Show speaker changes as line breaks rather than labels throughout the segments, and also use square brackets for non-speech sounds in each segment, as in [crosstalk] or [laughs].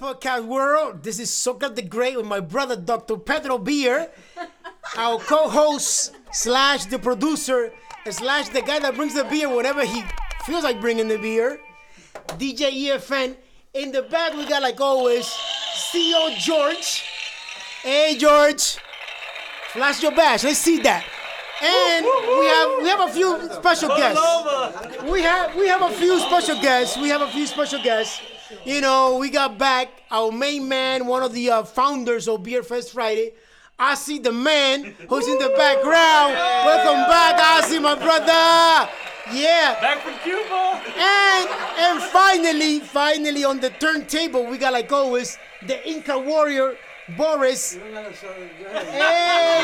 Podcast World. This is Soccer the Great with my brother Dr. Pedro Beer, our co-host slash the producer slash the guy that brings the beer whenever he feels like bringing the beer. DJ EFN. In the back we got like always CO George. Hey George, flash your badge. Let's see that. And we have we have a few special guests. We have we have a few special guests. We have a few special guests. You know, we got back our main man, one of the uh, founders of Beer Fest Friday. I see the man who's in the background. Welcome back, I see my brother. Yeah.
Back from Cuba.
And and finally, finally on the turntable, we got like always the Inca warrior Boris. Hey,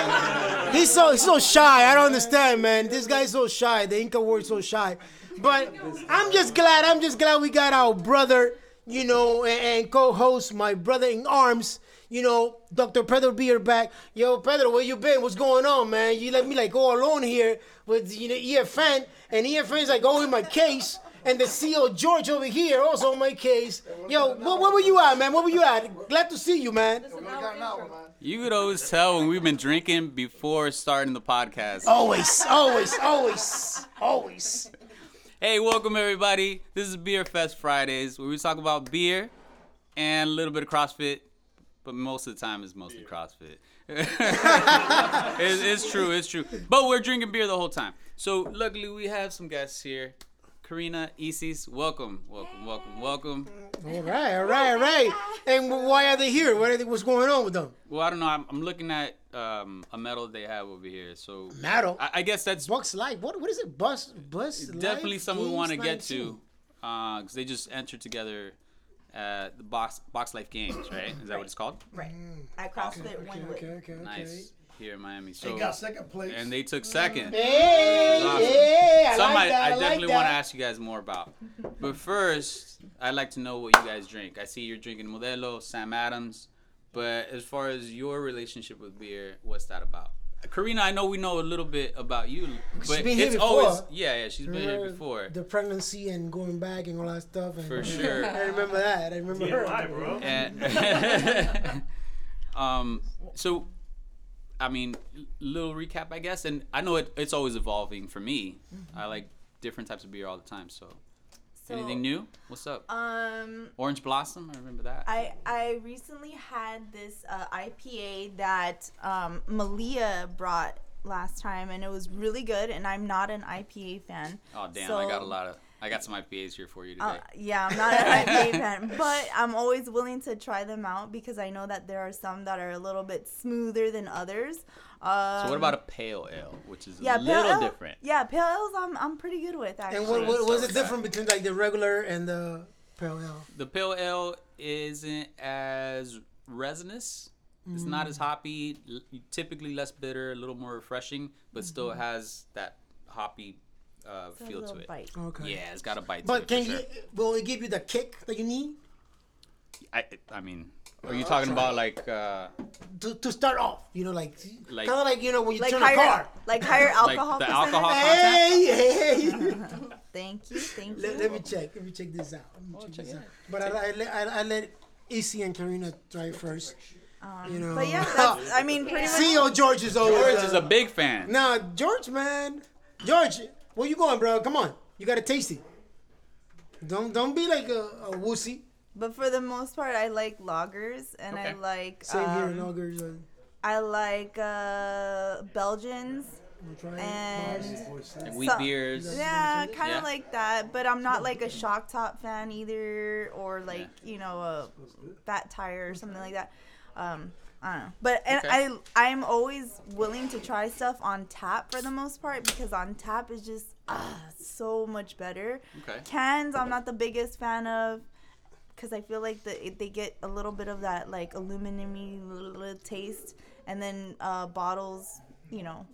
he's so he's so shy. I don't understand, man. This guy's so shy. The Inca warrior's so shy. But I'm just glad. I'm just glad we got our brother, you know, and, and co-host, my brother in arms. You know, Dr. Pedro Beer back. Yo, Pedro, where you been? What's going on, man? You let me like all alone here with you know EFN, and E EFN's like all in my case, and the CEO George over here also on my case. Yo, wh- where were you at, man? Where were you at? Glad to see you, man.
You could always tell when we've been drinking before starting the podcast.
Always, always, always, always.
Hey, welcome everybody. This is Beer Fest Fridays where we talk about beer and a little bit of CrossFit, but most of the time it's mostly CrossFit. [laughs] it's, it's true, it's true. But we're drinking beer the whole time. So luckily we have some guests here. Karina, Isis, welcome, welcome, welcome, welcome.
All right, all right, all right. And wh- why are they here? What are they, what's going on with them?
Well, I don't know. I'm, I'm looking at um, a medal they have over here. So
Metal.
I, I guess that's
Bucks Light. What what is it? Bus Bus.
definitely
Light
something we
Games
want to get
19?
to because they just entered together at the box box life games right is that what it's called
Right. I CrossFit okay, Winwood.
Mm. Okay, okay, okay.
nice here in miami so
They got second place.
and they took second
Hey, yeah, I
some
like that.
I, I
like
definitely
that.
want to ask you guys
[laughs]
more about but first i'd like to know what you guys drink i see you're drinking modelo sam adams but as far as your relationship with beer what's that about Karina, I know we know a little bit about you, but
been here
it's
before.
always yeah, yeah. She's been
Remember
here before.
The pregnancy and going back and all that stuff. And
For
[laughs]
sure.
I remember that. I remember
Why,
her.
bro?
And [laughs] um, so, I mean, l- little recap, I guess. And I know it, it's always evolving for me. I like different types of beer all the time. So,
Mm-hmm. So,
anything new? What's up?
Um,
Orange Blossom. I remember that.
I I recently had this uh, IPA that um, Malia brought last time, and it was really good. And I'm not an IPA fan.
oh damn!
so-
I got a lot of. I got some IPAs here for you today.
Uh, yeah, I'm not an
[laughs]
IPA fan, but I'm always willing to try them out because I know that there are some that are a little bit smoother than others. Um,
so what about a pale ale, which is
yeah,
a little
pale ale-
different?
Yeah, pale ales I'm, I'm pretty good with actually.
And what, what
Sorry,
was
sorry.
it different between like the regular and the parallel?
The pale ale isn't as resinous. It's not
Mm.
as hoppy. l- Typically less bitter, a little more refreshing, but still has that hoppy uh,
Mm-hmm. A
feel
little
to it.
bite.
Okay.
Yeah, it's got a bite.
But
to it
can
for
you?
sure.
Will it give you the kick that you need
I, I mean, are you talking about like? Uh,
to, to start off? You know, like,
Like-
kind of like you know when you
Like
turn
higher,
a car.
like
[laughs]
higher alcohol.
the
percentage?
alcohol-
Hey, hey.
[laughs] Thank you, thank you.
let, let me check. Let me check this out. Let me check this out. But I, I, let- I, I let Issy and Karina try first. you know.
Um,
[laughs]
But yeah, that's, I mean, pretty much.
CEO George is always.
George is
uh,
a big fan.
Nah, George, man. George, where you going, bro? Come on. You got to taste it. Don't don't be like a, a wussy.
But for the most part, I like loggers and I
Okay.
like
Same here
um,
in Augers. Uh,
I like uh, Belgians
we'll try it.
and
Like wheat
so-
beers.
yeah, kind of
Yeah.
like that. But I'm not like a shock top fan either, or like you know a fat tire or something like that. Um, I don't know. But and
Okay.
I I'm always willing to try stuff on tap for the most part because on tap is just ah so much better.
Okay.
Cans, I'm not the biggest fan of because I feel like the it, they get a little bit of that like aluminum-y little taste, and then uh, bottles, you know,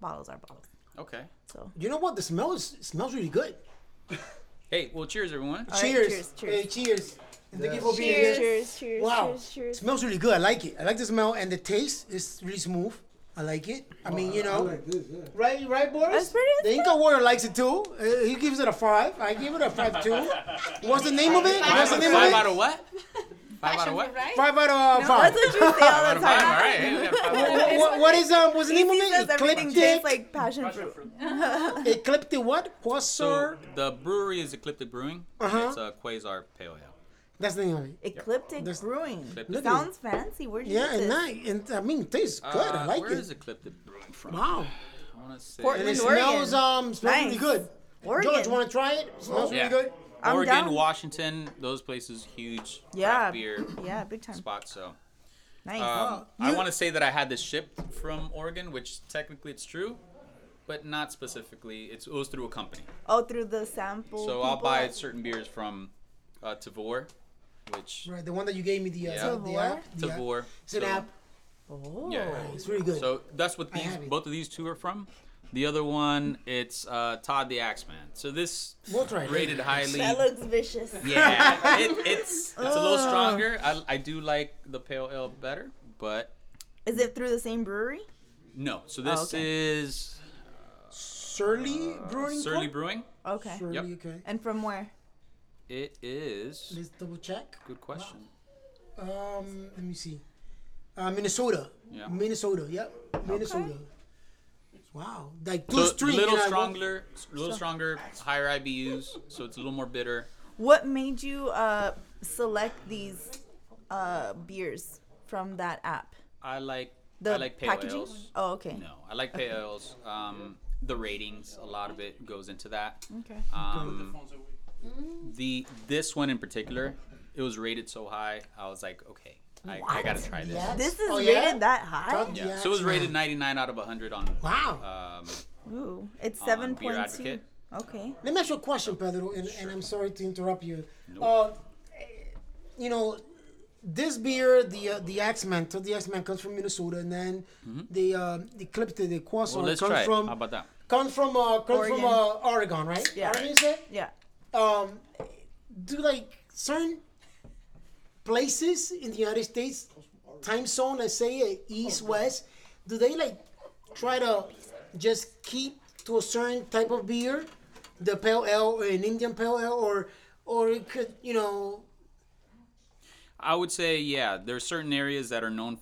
bottles are bottles.
Okay.
So
You know what? The smell is smells really good.
Hey, well, cheers, everyone.
right,
cheers.
cheers, cheers.
Hey, cheers. And thank you for being here.
cheers, cheers, cheers,
Wow.
cheers, cheers.
Smells really good. I like it. I like the smell and the taste is really smooth. I like it. I mean, you know, right, right, Boris.
That's pretty
The Inca Warrior likes it too. Uh, he gives it a five. I give it a five too. What's the name of it? What's the name
Five
of
out
it?
[laughs]
of what? Five out of what?
right?
Five out of uh,
That's
five.
what you say all
Five out
the
of five. All
time.
right. Hey, we got five out of
Wha-
five.
wha- what is um? What's the name of
He says
it?
everything tastes
Ecliptic.
like passion fruit.
[laughs] Ecliptic what?
So
Quasar.
the brewery is Ecliptic Brewing.
Uh-huh.
It's a Quasar Pale Ale.
That's the name of it.
Ecliptic
There's-
Brewing.
Ecliptic.
Sounds fancy. Where'd you
Yeah,
get
and
this?
I and I mean, it tastes good. I
Uh,
like
Where
it.
is Ecliptic Brewing from?
Wow.
I want to say
And
Portland,
it
Oregon.
smells um smells really
Nice.
good.
Oregon.
George, want to try it? Smells
Yeah.
really good.
I'm
Oregon,
down.
Washington, those places huge
Yeah.
craft beer
Yeah, big time.
spots. So
Nice.
um, I
you-
want to say that I had this shipped from Oregon, which technically it's true, but not specifically. It's, it was through a company.
oh, through the sample.
So I'll
people?
buy certain beers from uh, Tavor, which
Right, the one that you gave me the uh,
Yeah.
the app. the app.
Tavor.
It's an
so,
app.
Oh.
Yeah.
It's really good.
So that's what
I
these
have it.
both of these two are from. The other one, it's uh, Todd the Axeman. So this
We'll try it.
rated highly.
That looks vicious.
Yeah, it,
[laughs]
it's it's a little
Oh.
stronger. I, I do like the pale ale better, but
Is it through the same brewery?
no. So this
okay.
is
Surly Brewing.
Surly
Co?
Brewing.
Okay.
Surly,
Yep.
okay.
And from where?
It is.
Let's double check.
Good question.
Um, let me see. Uh, Minnesota.
Yeah.
Minnesota. Yep. Minnesota. Wow. Like two
So a
street.
little
and I go-
stronger, a little stronger, higher IBUs, so it's a little more bitter.
What made you uh, select these uh, beers from that app?
I like
The
I like pale
packaging?
ales.
Oh, okay.
No, I like pale ales. Um, the ratings, a lot of it goes into that.
Okay.
Um,
Mm.
the this one in particular, it was rated so high. I was like, okay, I, I gotta try this.
Yeah.
This is
Oh, yeah?
rated that high?
Tom-
Yeah.
Yeah,
So it
it's
was rated 99 out of 100 on
Wow.
um,
Ooh, it's
on Um, Beer
7.2.
Advocate.
Okay.
Let me ask you a question, Pedro, and, and I'm sorry to interrupt you. Uh, you know, this beer, the uh, the X-Men, so the X-Men comes from Minnesota, and then the uh, the clip to the Quasar
Mm-hmm. Well, let's
comes
try. It.
from
How about that?
comes from uh, comes
Oregon.
from uh, Oregon, right?
Yeah.
Oregon, you said?
Yeah.
Um, do like certain places in the United States time zone, let's say uh, east west, do they like try to just keep to a certain type of beer, the pale ale or an Indian pale ale, or or it could you know
I would say yeah. There are certain areas that are known,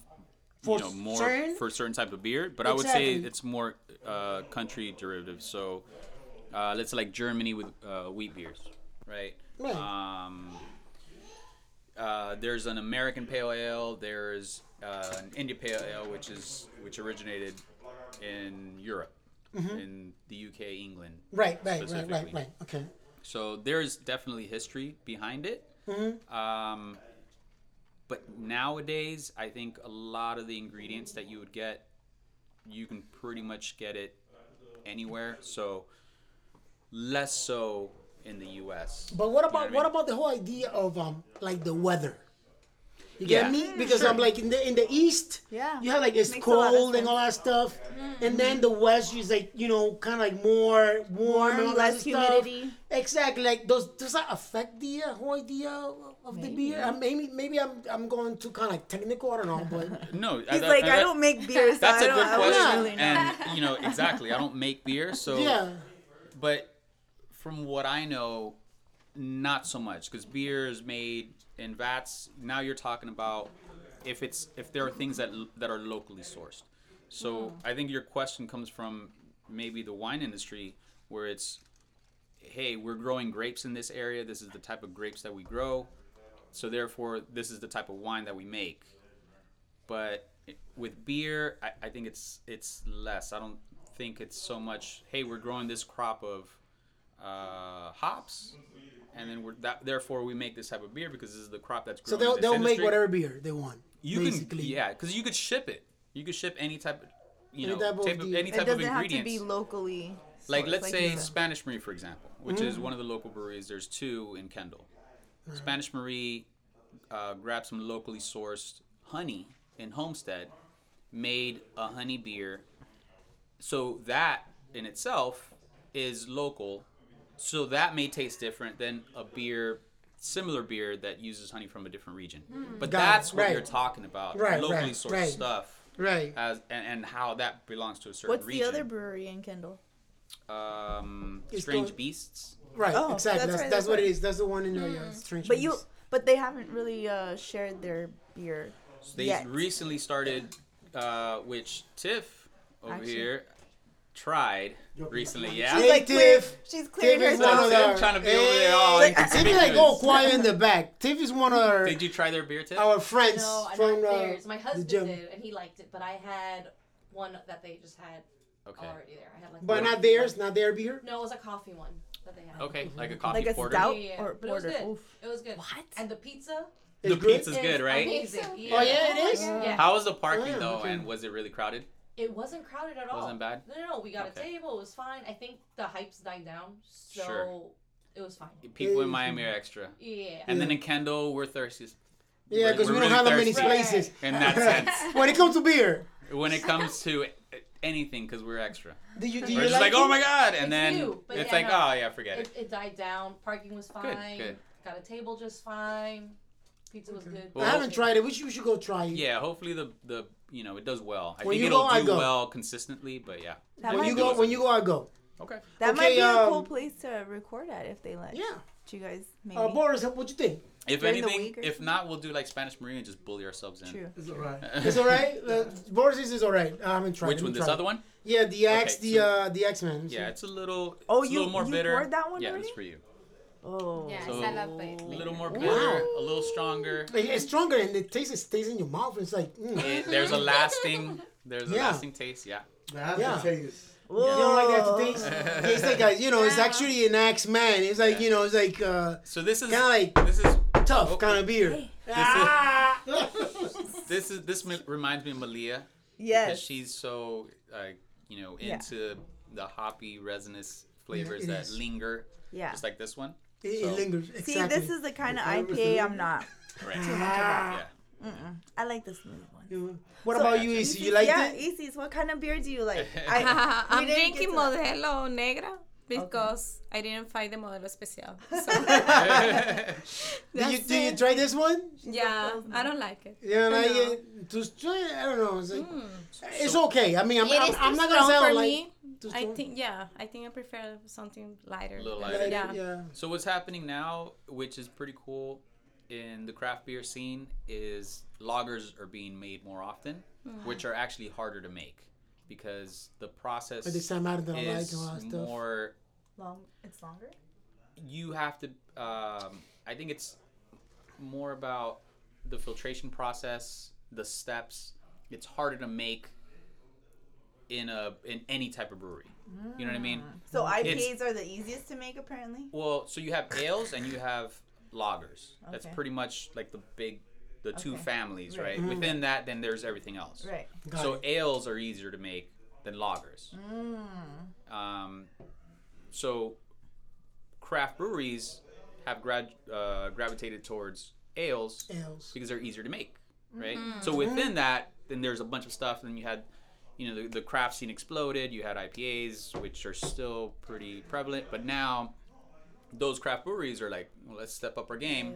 For
you know, more
certain-
for certain type of beer, but I would say
Exactly.
it's more uh, country derivative. So uh, let's say like Germany with uh, wheat beers, right?
Right.
Um, uh, there's an American pale ale. There's uh, an India pale ale, which is which originated in Europe,
Mm-hmm.
in the UK, England,
right right right right
Specifically.
right okay
so there's definitely history behind it.
Mm-hmm.
Um, but nowadays, I think a lot of the ingredients that you would get, you can pretty much get it anywhere. So less so in the U.S.
but what
what I
about
mean?
what about the whole idea of um like the weather you get
Yeah. Mm,
me because I'm like in the in the east
Yeah.
you have like it's
Makes a lot of
cold and
sense. Mm-hmm.
all that stuff and then the west is like you know kind of like more warm, and all that
less
stuff.
humidity.
exactly like does does that affect the uh, whole idea of of the beer Uh, maybe maybe I'm I'm going too kind of like technical I don't know
[laughs]
but
No,
He's like, I don't make beer, so
That's
I
a
don't,
good
I wouldn't
question,
really know.
and you know exactly. I don't make beer, so
yeah
Oh, but from what I know, not so much because beer is made in vats. Now you're talking about if it's if there are things that that are locally sourced. So I think your question comes from maybe the wine industry where it's, hey, we're growing grapes in this area. This is the type of grapes that we grow. So therefore, this is the type of wine that we make. But with beer, I, I think it's it's less. I don't think it's so much. Hey, we're growing this crop of uh, hops, and then we're that, therefore we make this type of beer because this is the crop that's
so
grown.
they'll
in this
they'll make
industry.
whatever beer they want
You
basically
can, yeah, because you could ship it. You could ship any type, of, you
Any
know,
type of
type of,
the-
any
It
type of
doesn't have to
ingredients.
be locally.
like
sourced,
let's
you
say
said.
Spanish Marie, for example, which
Mm.
is one of the local breweries. There's two in Kendall. Spanish Marie uh, grabbed some locally sourced honey in Homestead, made a honey beer. So that in itself is local. So that may taste different than a beer, similar beer that uses honey from a different region. But
Mm. Got it.
that's what
Right.
you're talking about,
Right,
locally
right,
sourced
right.
stuff,
right
as and, and how that belongs to a certain
What's
region.
the other brewery in Kendall?
um,
It's
Strange
called-
Beasts.
right exactly
Oh, that's
that's,
right,
that's
Oh, that's
what it
right. Mm.
is that's the one in the uh, strange
But you,
Place.
But they haven't really uh, shared their beer
They
yet.
recently started, uh, which Tiff over
Actually-
here tried recently. Yeah.
she's like clear,
Tiff-
she's
Tiff
clearing
is
herself.
one of
I'm
our.
trying to be over there all
Hey, Tiff is like all
inconspicuous.
quiet in the back. Tiff is one of our,
Did you try their beer, Tiff?
our friends
No, I
from.
got
Uh,
theirs. My husband
gym.
did, and he liked it, but I had one that they just had
Okay.
already there. I had like.
but
a-
not theirs, not their beer.
No, it was a coffee one that they had.
Okay, like a coffee
like a
porter.
stout
Yeah, yeah, yeah.
or
But it was
porter.
good.
Oof.
It was good.
What?
And the pizza
It's
The
good.
pizza's good, right?
amazing.
Oh, yeah, it is?
Yeah.
How was the parking
yeah,
though,
okay.
and was it really crowded?
It wasn't crowded at all.
Wasn't bad?
No, no, no. We got
Okay.
a table. It was fine. I think the hype's died down, so
Sure.
it was fine.
People in
Yeah.
Miami are extra,
Yeah.
and then in Kendall we're thirsty.
Yeah, because
We're
we don't
really
have that many
thirsty.
places.
In
[laughs]
that sense,
when it comes to beer,
when it comes to anything, because we're extra,
do you do
we're
you
just
like?
like,
it?
oh my god, and
It's
then
you, but
it's
yeah,
like,
no.
oh yeah, forget
it,
it.
it died down. Parking was fine.
good.
Got a table just fine. Pizza was good.
Well,
I haven't tried it. We should, we should go try it.
Yeah, hopefully the the you know it does well. I
When
think
you
it'll
go, I
do
go.
well consistently, but yeah.
That
When
might,
you
be,
go, when you go, I go.
Okay.
that
okay,
might be a
um,
cool place to record at if they let
Yeah.
you guys maybe.
Uh, Boris, what you think?
If
During the
anything,
week or
if not, we'll do like Spanish Marina and just bully ourselves in. [laughs]
True.
It's alright.
It's all right. Uh, Boris is all right. I haven't tried.
Which
Let me
one? This
try it.
other one?
Yeah, the X,
Okay,
the
so-
uh, the X Men.
Yeah, it's a little.
Oh,
it's a
you-
little more
you
bitter.
poured that one
Yeah,
already?
it's for you.
Oh.
Yeah,
So-
I love it.
A little more
Wow.
bitter, a little stronger.
it's stronger and it tastes it stays in your mouth. It's like mm. you
It, there's a
[laughs]
lasting, there's a
Yeah.
lasting taste. Yeah.
I have
Yeah.
to taste.
don't like that to
Whoa.
taste. It's like a, you know, it's actually an X Men. It's like you know, it's like uh,
So this is
kind of like
this is
tough
Oh.
kind of beer.
[laughs] this is this m- reminds me of Malia because
Yes.
she's so uh, you know
Yeah.
into the hoppy resinous flavors
it
that
is.
linger,
Yeah.
just like this one.
It, it
So-
lingers.
See,
exactly.
this is the kind of
flavors
IPA
are-
I'm not.
Right. [laughs]
Ah.
Yeah.
I like the smooth one.
What
So-
about you, Issy? You liked
yeah,
it?
Isis, what kind of beer do you
[laughs]
like?
[laughs]
I, we
I'm
didn't get
drinking
to that.
Modelo Negra because I didn't find the Modelo Especial. So,
Did you,
That's
did you
it.
try this one?
yeah, I don't like it. Hmm.
Yeah, like
No.
it. To, to, eh, I don't know. It's, like, it's okay. I mean, I'm,
Mm. It
I'm,
is
I'm
too
not gonna
strong
say I
for
don't like.
me.
too
I
strong.
think yeah, I think I prefer something lighter.
A little
than-
I like
lighter.
it,
Yeah.
yeah.
So what's happening now, which is pretty cool in the craft beer scene, is lagers are being made more often, which are actually harder to make because the process
But the Sam Adams that I like
is
and all that stuff.
more.
[laughs] Long, it's longer.
You have to. Um, I think it's more about the filtration process, the steps. It's harder to make in a in any type of brewery. You know what I mean?
So IPAs
It's-
are the easiest to make, apparently.
Well, so you have ales and you have lagers. That's
Okay.
pretty much like the big, the two
Okay.
families, right?
Right.
Within that, then there's everything else.
Right.
Mm-hmm. Got
so
it.
ales are easier to make than lagers.
Mm,
Um, so craft breweries have grad, uh, gravitated towards ales
Ales.
because they're easier to make, right? So within that, then there's a bunch of stuff. Then you had, you know, the, the craft scene exploded. You had IPAs, which are still pretty prevalent, but now those craft breweries are like, well, let's step up our game.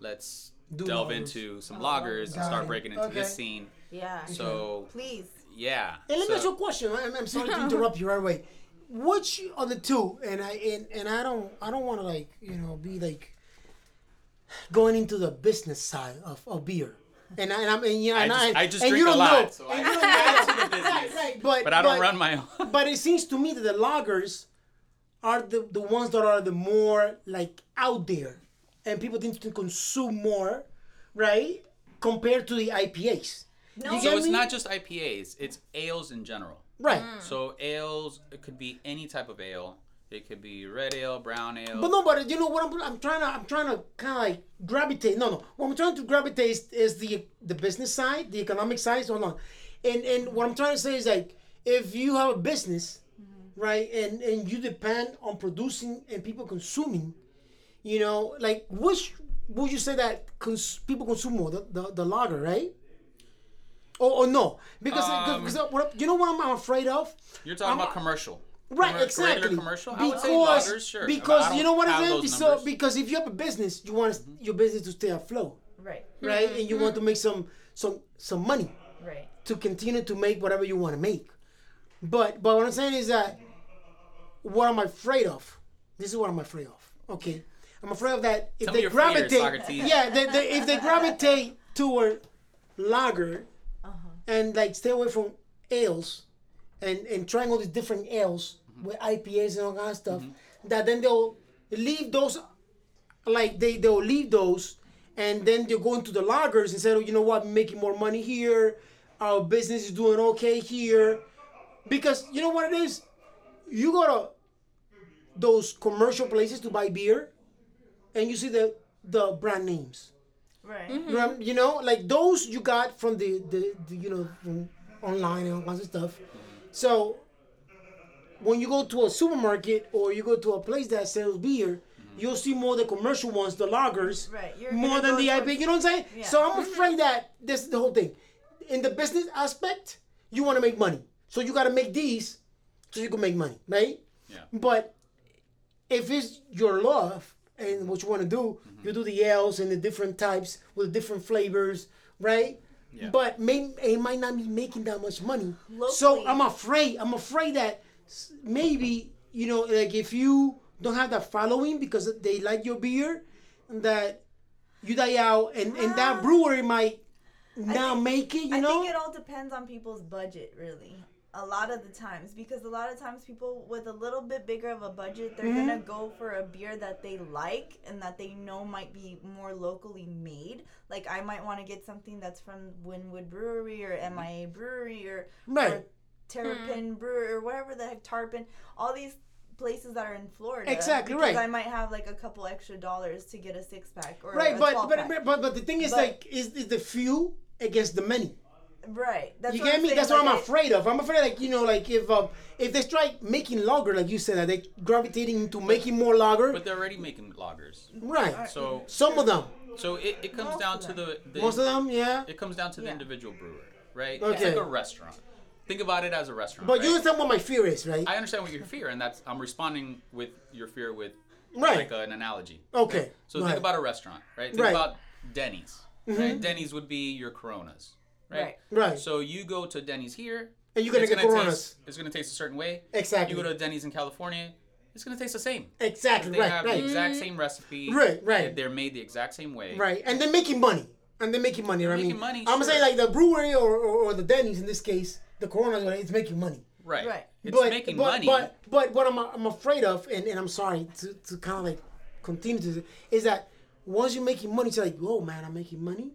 Let's
Do
delve
lagers.
into some loggers and
Got
start
it.
breaking into
Okay.
this scene.
Yeah.
So
Please.
yeah.
Hey, let me ask you a
So,
question. I'm, I'm sorry
[laughs]
to interrupt you right away. Which of the two? And I and, and I don't I don't want to like you know be like going into the business side of, of beer. And I and I'm and, yeah,
I
and
just, I just
and
drink
you
a
don't
lot,
know.
so
And
I,
you don't know.
[laughs] I do the business,
Right, but
but I don't run my own.
But it seems to me that the loggers are the, the ones that are the more like out there, and people tend to consume more, right? Compared to the IPAs,
No.
You
So
get
it's
me? Hmm.
not just IPAs; it's ales in general.
right?
So ales, it could be any type of ale. It could be red ale, brown ale.
But no, but you know what I'm, I'm trying to I'm trying to kind of like gravitate. No, no. What I'm trying to gravitate is, is the the business side, the economic side, so on. And and what I'm trying to say is like if you have a business, right, and and you depend on producing and people consuming, you know, like which would you say that cons- people consume more the the, the lager, right? Or, or no, because
Um,
because what you know what I'm afraid of.
You're talking
I'm-
about commercial.
Right,
Commer-
exactly.
Regular commercial. I would
Because,
say lagers, sure. but I
because
don't
you know what
have
I'm
those
saying. So
numbers. Mm-hmm.
because if you have a business, you want your business to stay afloat,
Right.
right? And you want to make some some some money
Right.
to continue to make whatever you want to make. But but what I'm saying is that what I'm afraid of. This is what I'm afraid of. Okay, I'm afraid of that. If
Tell me
they
your fear,
gravitate,
Socrates.
yeah, they, they, if they gravitate toward lager and like stay away from ales and and trying all these different ales
Mm-hmm.
with IPAs and all that stuff, that then they'll leave those, like they they'll leave those, and then they'll go into the lagers and say, oh, you know what, I'm making more money here, our business is doing okay here, because you know what it is, you go to those commercial places to buy beer, and you see the the brand names.
Right.
Ram- You know, like those you got from the, the, the you know, from online and all kinds of stuff. So when you go to a supermarket or you go to a place that sells beer, you'll see more the commercial ones, the lagers,
Right, you're
more
gonna
than
go
the
towards-
IPA. You know what I'm saying?
Yeah. Mm-hmm.
So I'm afraid that this is the whole thing. In the business aspect, you want to make money, so you got to make these so you can make money, right?
Yeah.
But if it's your love and what you want to do, you do the L's and the different types with different flavors, right?
Yeah.
But may, it might not be making that much money. So
Locally.
I'm afraid. I'm afraid that s- maybe you know, like if you don't have that following because they like your beer, that you die out, and and that brewery might not make it. You
I
know,
Ah. think it all depends on people's budget, really. A lot of the times, because a lot of times people with a little bit bigger of a budget, they're gonna
Mm-hmm.
go for a beer that they like and that they know might be more locally made. Like I might want to get something that's from Winwood Brewery or MIA Brewery or,
Right.
or Terrapin Brewery or whatever the heck Tarpon. All these places that are in Florida.
Exactly,
because
right.
I might have like a couple extra dollars to get a six pack or
right?
a
But
12
but,
pack.
but but the thing is,
But-
like, is is the few against the many.
right. That's
You
what
get
I'm
me?
saying,
That's what
like,
I'm
I-
afraid of. I'm afraid, like you know, like if um, if they strike making lager, like you said, that they gravitating into making more lager,
But they're already making loggers.
right?
So
Some of them,
so it, it comes
Most
down
of
to the, the
most of them, yeah.
it comes down to the
Yeah.
individual brewer, right? It's
Okay.
like a restaurant. Think about it as a restaurant.
But
right?
you understand what my fear is, right?
I understand what your fear, and that's I'm responding with your fear with
Right.
like an analogy.
Okay.
So
Right.
think about a restaurant, right? Think
Right. Mm-hmm.
about Denny's. Right? Denny's would be your Coronas, right?
Right.
So you go to Denny's here,
And you're gonna
it's
get Coronas.
Taste, it's gonna taste a certain way.
Exactly.
You go to Denny's in California, it's gonna taste the same.
exactly.
They
Right.
have
Right.
the exact same recipe.
Right, right.
They're made the exact same way.
Right. And they're making money. And they're making money. Right? I
Making
mean,
money,
I'm gonna say
sure.
like the brewery or, or, or the Denny's in this case, the Corona, like, it's making money.
Right.
Right.
It's making
but,
money.
But but what I'm I'm afraid of, and, and I'm sorry to, to kind of like continue to, is that once you're making money, it's like, whoa, man, I'm making money.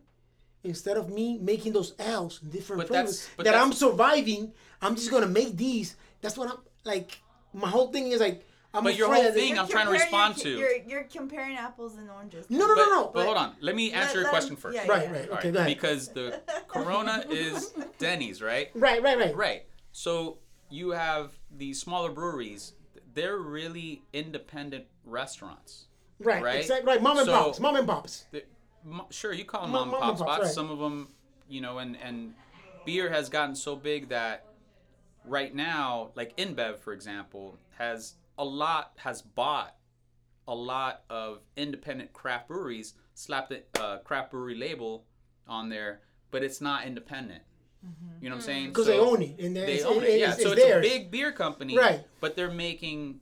Instead of me making those L's in different
But that's-
flavors
but
that
that's-
I'm surviving, I'm just gonna make these. That's what I'm like. My whole thing is like, I'm
But your
afraid
whole
that they-
thing, I'm trying to
comparing-
respond
you're-
to.
You're, you're comparing apples and oranges. [laughs]
no, no,
but,
no, no.
but hold on. Let me answer your
let
question
him-
first.
yeah,
Right, right.
All
Okay,
right,
go ahead.
Because
[laughs]
the Corona is Denny's, right?
right, right, right,
Right. So you have these smaller breweries. They're really independent restaurants.
right,
right.
exactly, right. Mom and
So-
pops, mom and pops.
The- mo- sure, you call them
Mom-
mom,
mom and
and pop
pops,
spots.
right.
Some of them, you know, and and beer has gotten so big that right now, like InBev, for example, has a lot has bought a lot of independent craft breweries, slapped a uh, craft brewery label on there, but it's not independent. You know what I'm saying?
Because they own it, and
They
it's,
own it. Yeah,
it's,
so
it's
it's a
theirs.
big beer company,
Right.
But they're making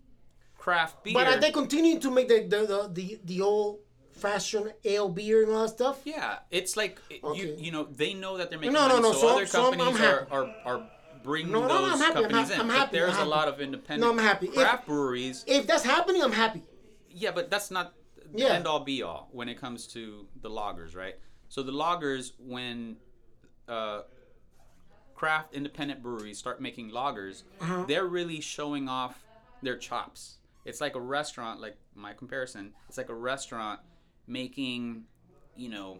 craft beer.
But are they continuing to make the the the, the, the old fashioned ale beer and all that stuff?
Yeah, it's like it- you
Okay.
you know they know that they're making
No, no,
money,
no,
so,
so-
other
so I'm- I'm
companies are,
happy.
are are bringing
No, no, no, I'm
those
happy, I'm
companies
ha-
in.
I'm
but
happy,
there's
I'm happy.
a lot of independent
No, I'm happy. If-
craft breweries.
If that's happening, I'm happy.
yeah, but that's not the
Yeah.
end all be all when it comes to the loggers, right? So the loggers when uh, craft independent breweries start making lagers, they're really showing off their chops. It's like a restaurant, like my comparison, it's like a restaurant making, you know,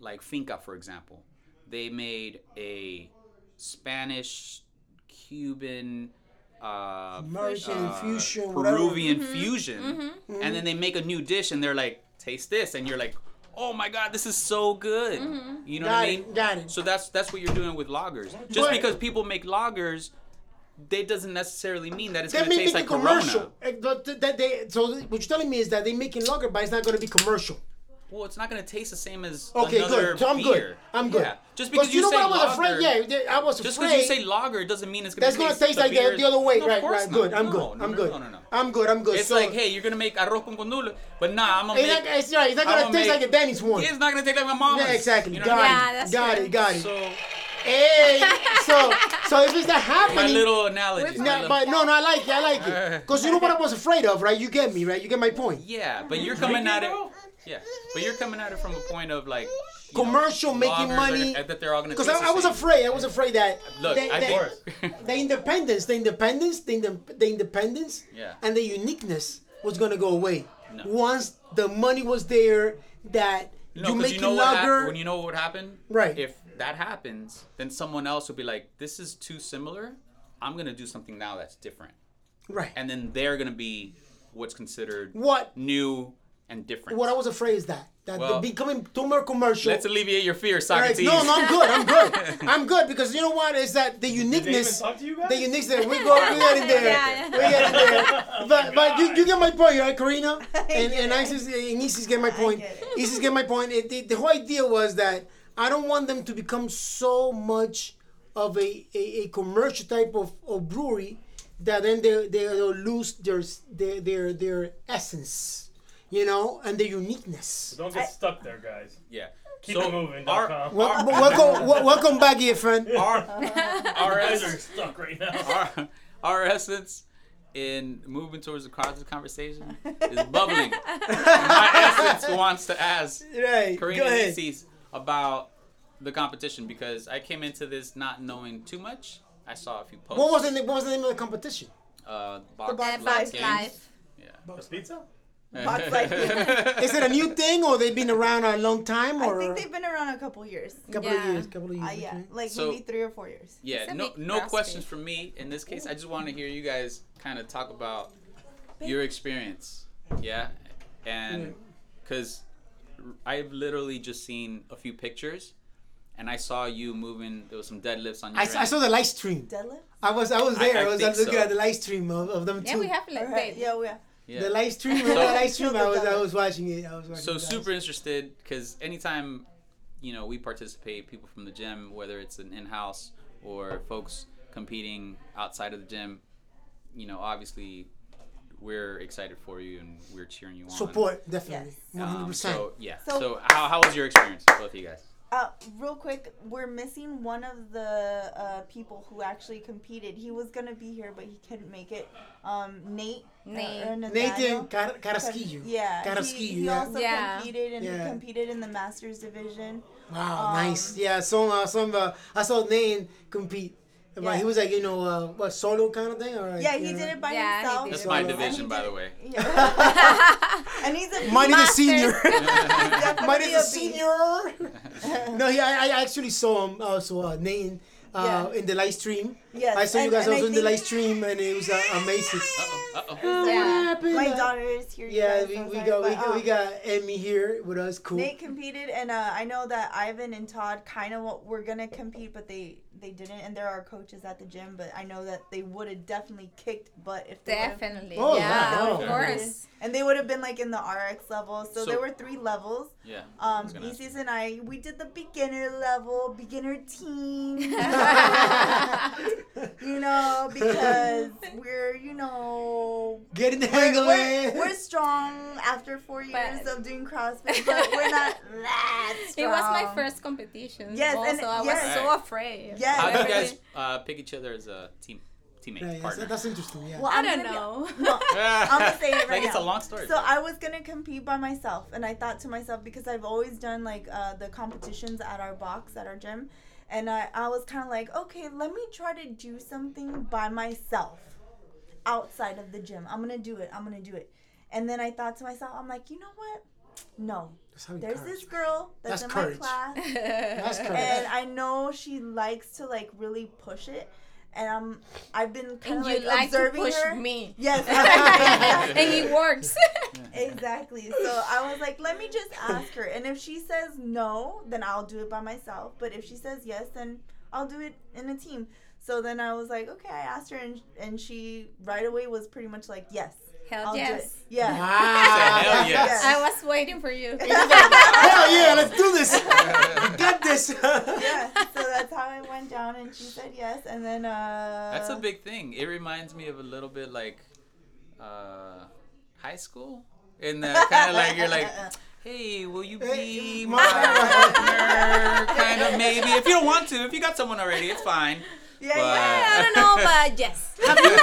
like Finca, for example. They made a Spanish, Cuban, uh,
American
uh,
infusion, whatever. Mm-hmm.
Peruvian fusion, and then they make a new dish, and they're like, "Taste this," and you're like, "Oh my God, this is so good!" You know what
Got
I
it,
mean?
got it.
So that's that's what you're doing with lagers. Just
But-
because people make lagers, they doesn't necessarily mean that it's
That
gonna
may
taste
make
like
it commercial.
Corona.
Eh, But th- that they so what you're telling me is that they're making lager, but it's not going to be commercial.
Well, it's not gonna taste the same as
Okay,
another
good. So I'm
beer.
good. I'm good.
Yeah. Just because you,
know
say
what I was
lager,
afraid. Yeah, yeah, I was
Just
afraid.
because you say lager doesn't mean it's gonna.
that's gonna taste like
beer.
the, the other way,
No, of
right?
course
Right.
not.
Good. I'm
No,
good.
no,
I'm
no,
good.
No, no, no.
I'm good. I'm good.
It's
so,
like, hey, you're gonna make arroz con condole, but nah, I'm gonna
it's
make.
not, it's not, it's not
I'm
gonna taste
make-
like the Danny's one.
Yeah, it's not gonna taste like my mama's.
Yeah, exactly.
You know
got
what I
Yeah,
it.
that's
got
true.
it. Got
mean?
it.
So
hey, so so if it's
[laughs]
not
my
happening,
little analogy.
With
my
No,
little-
but no, no, I like it. I like
[laughs]
it. Cause you know what I was afraid of, right? You get me, right? You get my point.
yeah, but you're coming at it. Yeah, but you're coming at it from a point of like you know,
Commercial, making
lagers are
money.
gonna- that they're all gonna.
Cause
taste
I,
the
I was
same.
afraid. I was afraid that
Look,
the,
I
the, [laughs]
think. [laughs]
the independence, the independence, the, inde- the independence,
Yeah.
and the uniqueness was gonna go away
No.
once the money was there. That
No,
you
'cause
make
you
it
know what hap-
lager.
when you know what would happen.
Right.
If that happens, then someone else will be like, "This is too similar. I'm gonna do something now that's different,"
right.
and then they're gonna be what's considered
what
new and different.
what I was afraid is that that the
Well,
becoming too more commercial.
Let's alleviate your fear,
All right,
Socrates.
No, no, I'm good. I'm
[laughs]
good. I'm good because you know what is that the
Did they even
uniqueness.
talk to you guys?
The uniqueness that we go, we get in
[laughs]
there,
Yeah.
we get in there. [laughs] But but you, you get my point, right,
[laughs]
Karina? And and Isis and Isis get my point.
get it.
Isis get my point. It, the, the whole idea was that I don't want them to become so much of a, a, a commercial type of, of brewery that then they they'll lose their s- their their their essence, you know, and their uniqueness.
Don't get stuck there, guys.
Yeah.
Keep
So,
it moving.
our-
com.
Wel-
[laughs]
welcome, wel- welcome back here, friend.
[laughs] Our,
You guys
ess-
are stuck right [laughs] now.
our, our essence in moving towards the causes conversation is bubbling. My essence wants to ask
Right.
Karina Nieces about the competition because I came into this not knowing too much. I saw a few posts.
What was the name, what was the name of the competition?
Uh, box,
Box
Life
Life.
Games.
The pizza?
Yeah.
Box
[laughs]
Life Games.
[laughs] Is it a new thing or they've been around a long time
I
or
think they've been around a couple years.
a couple
Yeah.
of years? Couple of years.
Uh, yeah,
okay.
like
So-
maybe three or four years.
Yeah,
It's a
no,
big
no
grass
questions
field.
from me in this case. I just want to hear you guys kind of talk about your experience. Yeah, and because I've literally just seen a few pictures, and I saw you moving. There was some deadlifts on your.
I, I saw the live stream.
Deadlift?
I was I was there.
I
I, was
think
looking
so.
at the live stream of, of them
Yeah,
too.
we have like
Alright,
that.
Yeah, we
Yeah.
The live
[laughs]
stream,
So-
the live stream. I was I
Double.
was watching it. I was watching.
so
it.
super interested because anytime you know we participate people from the gym whether it's an in-house or folks competing outside of the gym you know obviously we're excited for you and we're cheering you on
Support definitely.
Yes.
One hundred
um,
percent.
so yeah so,
So-
how, how was your experience both of you guys
Uh, real quick, we're missing one of the uh, people who actually competed. He was gonna be here, but he couldn't make it. Um, Nate.
Nate.
or Nathaniel.
Nathan Car- Carrasquillo.
Yeah.
Carrasquillo.
He, he
yeah.
also
Yeah.
competed and
Yeah.
he competed in the masters division.
Wow,
Um,
nice. Yeah, some uh, some uh, I saw Nain compete. Right,
Yeah.
he was like you know uh, what solo kind of thing. Or, uh,
Yeah,
you
he
know?
did it by
Yeah, he
himself.
did.
that's
So,
my
uh,
division by the way
Yeah. [laughs]
[laughs]
and he's a
Mighty the
Masters.
[laughs]
senior. [laughs]
definitely
Mighty the
a
senior. no, yeah, I, I actually saw him also uh, Nain uh,
Yeah.
in the live stream. [laughs]
Yes,
I saw you
and-
guys
and I
also in the
think-
live stream, and it was uh, amazing.
[laughs]
[laughs]
uh-oh uh-oh
[laughs] Oh, what
Yeah.
happened?
My
Uh,
daughter is here. you
Yeah,
guys,
we,
so
we
sorry,
got we,
but,
got we
um,
got Emmy here with us. Cool.
Nate competed, and uh, I know that Ivan and Todd kind of were gonna compete, but they they didn't, and there are coaches at the gym. But I know that they would have definitely kicked butt if they would've-
[laughs] Definitely.
Oh,
yeah,
wow.
of course.
and they would have been like in the RX level.
So-
So, there were three levels.
yeah
Um,
was gonna ask
Isis and I, we did the beginner level, beginner
[laughs]
team. [laughs] you know, because we're, you know,
[laughs] Get in the hang
we're,
of
we're,
it.
we're strong after four years
But-
of doing CrossFit, but we're
[laughs]
not that strong.
It was my first competition.
Yes,
also
and-
I was
yes.
so afraid.
Yes.
how do you
Everything.
guys uh, pick each other as a team teammate
Right, that's,
partner [laughs]
that's interesting. Yeah.
Well,
I
I'm
don't
gonna be-
know.
[laughs]
No, I'm gonna say it right
like
now.
it's a long story
So
bro.
I was gonna compete by myself, and I thought to myself because I've always done like uh, the competitions at our box at our gym, and I, I was kind of like, okay, let me try to do something by myself outside of the gym. I'm gonna do it. I'm gonna do it. And then I thought to myself, I'm like, you know what? No,
That's having
there's
courage.
this girl that's,
That's
in
courage.
my class,
[laughs]
That's courage.
and I know she likes to like really push it, and I'm I've been kind
and
of
you
like,
like, to
observing
push
her. [laughs]
me. [laughs]
Yes. [laughs]
and it
[laughs]
works.
Exactly. So I was like, let me just ask her. And if she says no, then I'll do it by myself. But if she says yes, then I'll do it in a team. So then I was like, okay, I asked her, and, and she right away was pretty much like, yes.
Hell
I'll do
Oh, yes.
it. [laughs] Yeah.
Ah,
Hell yes.
I was waiting for
[laughs]
you.
[laughs] hell yeah, let's do this. We got this.
yeah, so that's how it went down, and she said yes, and then uh.
That's a big thing. It reminds me of a little bit like uh, high school. In that kind of like you're like, hey, will you be
Hey,
my
my-
partner? kind of maybe. If you don't want to, if you got someone already, it's fine.
Yeah,
But-
[laughs] I don't know, but yes.
have you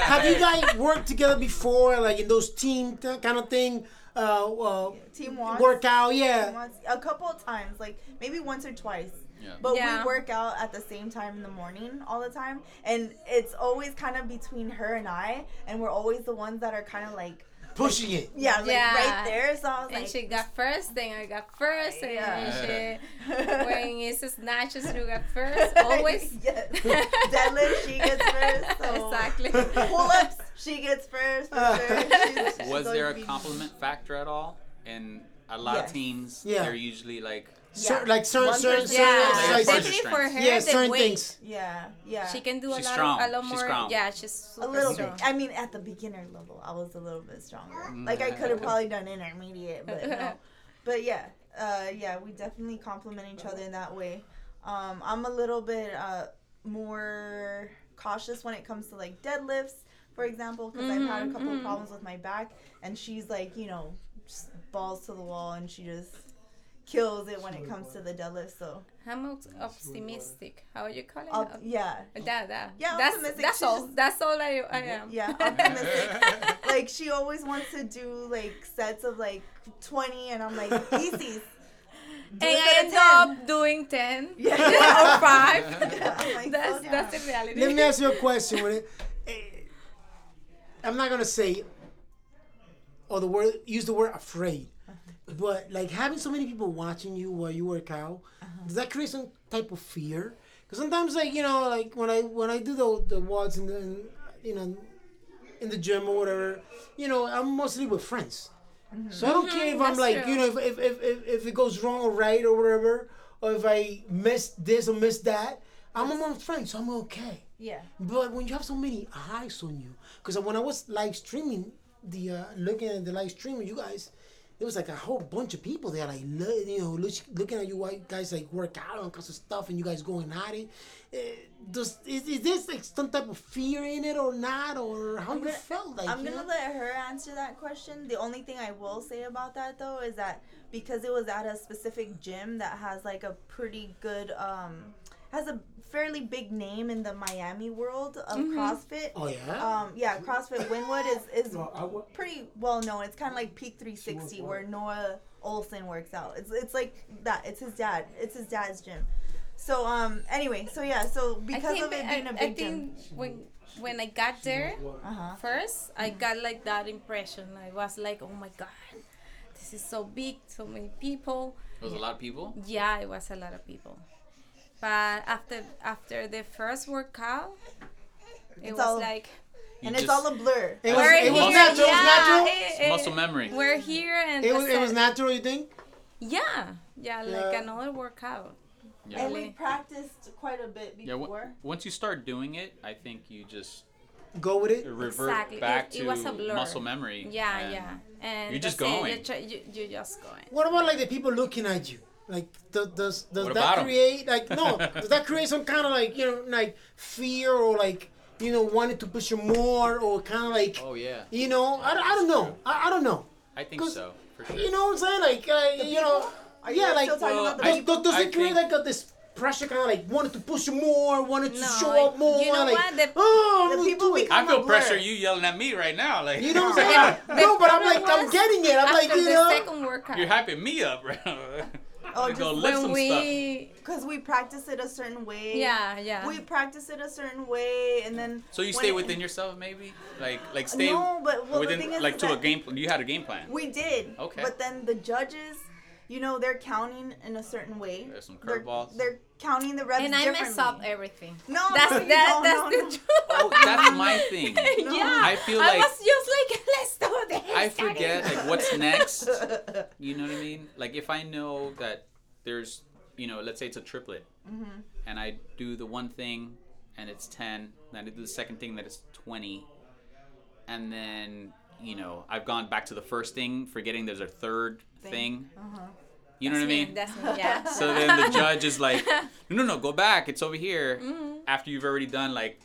have you guys worked together before, like in those team t- kind of thing? Uh, uh,
Team wants.
workout,
yeah.
yeah.
Once, a couple of times, like maybe once or twice.
Yeah.
But we
Yeah.
work out at the same time in the morning all the time, and it's always kind of between her and I, and we're always the ones that are kind of like
Pushing it.
yeah, like right
Yeah.
there. So I was
[laughs] And
like, [laughs]
she got first, then I got first, and then she,
[laughs]
when it's snatches, you got first, always.
yes.
[laughs]
deadlift. She gets first. So.
Exactly.
Pull ups. She gets first. For
[laughs]
sure. She's- she's
Was
always
there a
beating-
compliment factor at all? And a lot
Yes.
of teams,
Yeah.
they're usually like,
Cer-
[laughs] Yeah.
like certain,
One
certain,
person.
certain,
Yeah,
Like,
like,
Especially
especially for her,
yeah,
the
certain
weight.
things.
Yeah, yeah.
She can do a
She's
lot,
strong.
Of, a lot
She's
more.
strong.
Yeah, she's super
a little bit.
strong.
I mean, at the beginner level, I was a little bit stronger.
Mm,
Like I could have probably done intermediate, but no. But yeah, uh, yeah, we definitely complement each other in that way. Um, I'm a little bit uh, more cautious when it comes to like deadlifts, for example, because I've had a couple of problems with my back, and she's like, you know, just balls to the wall, and she just kills it when it comes to the deadlift. So,
[laughs] I'm opt- optimistic. How you call it?
op- yeah,
that, that.
Yeah,
that's,
optimistic.
That's
She's
all.
just-
That's all I, I am. [laughs]
yeah, optimistic. like she always wants to do like sets of like 20 and i'm like easy
and I
it
end
at
up doing 10
[laughs] Yeah.
[laughs]
Oh [laughs]
or 5.
I'm like,
that's,
slow
that's
down.
the reality.
Let me ask you a question. When it, eh, I'm not gonna say, or the word use the word afraid,
Uh-huh.
but like having so many people watching you while you work out,
Uh-huh.
does that create some type of fear? Because sometimes, like you know, like when I when I do the the walks and then you know, in the gym or whatever, you know, I'm mostly with friends. So I don't care if I'm
Mm-hmm. that's
like,
true.
you know, if, if, if, if, if it goes wrong or right or whatever, or if I miss this or miss that, I'm among friends, so I'm okay.
yeah
But when you have so many eyes on you, because when I was live streaming, the uh, looking at the live stream, you guys, it was like a whole bunch of people there, like lo- you know, look, looking at you white guys like work out and kinds of stuff, and you guys going at it. Uh, does is, is this like some type of fear in it or not, or how you felt like?
i'm
you
gonna
know?
let her answer that question the only thing i will say about that though is that because it was at a specific gym that has like a pretty good um has a fairly big name in the miami world of
Mm-hmm.
crossfit
oh yeah.
um yeah crossfit winwood is is
No, I wa-
pretty well known. It's kind of like Peak 360 where Noah Olson works out. It's it's like that. It's his dad. It's his dad's gym. So um anyway, so yeah, so
I
because
think,
of it
I,
being a
I
big gym.
think when, when I got there
Uh-huh.
first, I got like that impression. I was like, oh my God, this is so big, so many people.
it was a lot of people.
Yeah, it was a lot of people. But after after the first workout, it was
all-
like
You
and it's
just-
all a blur.
it was,
we're
it was
here.
natural. It
yeah,
was natural.
eh,
It's
eh,
muscle memory.
We're here and
It was, it was
that's
natural. You think?
Yeah, yeah, like
Yeah.
another workout.
Yeah.
And we practiced quite a bit
Yeah, w-
before.
once you start doing it, I think you just
Go with it.
revert
Exactly. It-
back
it
to
was a blur.
muscle memory.
Yeah,
and-
yeah. And
You're just
that's it,
going.
You're, try- you, you're just going.
What about like the people looking at you? Like does does, does
What
that
about 'em?
create like
[laughs]
no? does that create some kind of like you know like fear or like you know wanting to push you more or kind of like
Oh yeah,
you know I, don't- I don't know I, I don't know
I think
'Cause,
so for sure.
you know what I'm saying like uh, you know
Are you
yeah
guys
like
still talking
Well,
about the
I-
does,
people?
does, does it create
think-
like a, this pressure kind of like wanted to push you more wanted to
No,
show up
you
more
know
like
what? The-
oh
the
I'm gonna
people
[laughs]
do it.
become-
I feel
a blur.
pressure. You yelling at me right now, like [laughs]
you know what I'm saying no but I'm like I'm
was
getting it I'm
after
like you
the
know
second workout,
you're hyping me up, bro. [laughs]
Oh,
You gonna
just
lift
when
some stuff.
we,
Because we practice it a certain way.
yeah, yeah.
We practice it a certain way, and then
So you
when
stay
it-
within yourself, maybe, like like stay
No, but well, the thing
within
is
like
is
to a
that-
game. plan. You had a game plan.
We [laughs] did.
Okay.
But then the judges, you know, they're counting in a certain way.
There's some
They're-
curveballs.
They're, counting the reps
and I mess
differently.
up everything.
No,
Oh,
That's
no, you
that.
don't,
That's
no, [laughs]
the truth.
Oh,
[laughs]
that's my thing.
yeah,
I feel
I
like-
was just like, let's do this.
I
Daddy."
forget like what's next. You know what I mean? Like if I know that there's, you know, let's say it's a triplet, and I do the one thing, and it's ten. Then I do the second thing that is twenty, and then you know, I've gone back to the first thing, forgetting there's a third thing. You know what
That's
I
me.
mean?
That's me. [laughs] Yeah.
So then
[laughs]
the judge is like, no, no, no, go back. It's over here.
Mm. Mm-hmm.
After you've already done like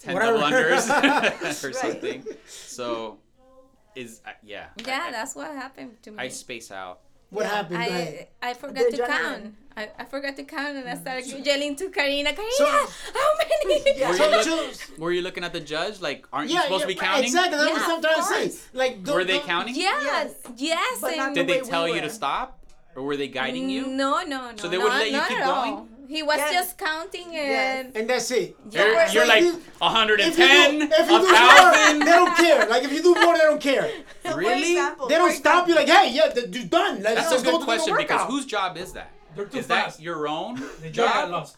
10
Whatever.
double unders [laughs] or
Right.
something. So is, uh, yeah.
yeah,
I,
that's what happened to me.
Mm-hmm.
I, I space out.
What
Yeah,
happened? Go ahead.
I, I forgot
The
to
adrenaline.
count. I, I forgot to count and I started yelling to Karina, Karina,
So-
how many?
Were,
So-
you look-
so-
were you looking at the judge? Like, aren't you supposed to be
right,
counting?
Exactly. That's
Yeah,
what I'm trying
of
to say. Like, don't,
Were they
don't-
counting?
Yes, yes.
But not
and-
the
Did they
way we
tell you
were.
to stop? Or were they guiding
Mm.
you?
No, no, no.
So they
no,
wouldn't let you
not
keep
at all. He was
Yes.
just counting and
And that's it.
You're,
Yeah.
you're
If
like
you- If you
110,
do, if you do more,
1,000.
they don't care. Like, if you do more, they don't care.
Oh,
Really?
They don't stop you. Like, hey, yeah, th- you're done. Like,
That's
let's
a
go
good
to
question
the
because
workout.
whose job is that?
They're too
Is that
fast.
your own
They just got
job?
lost.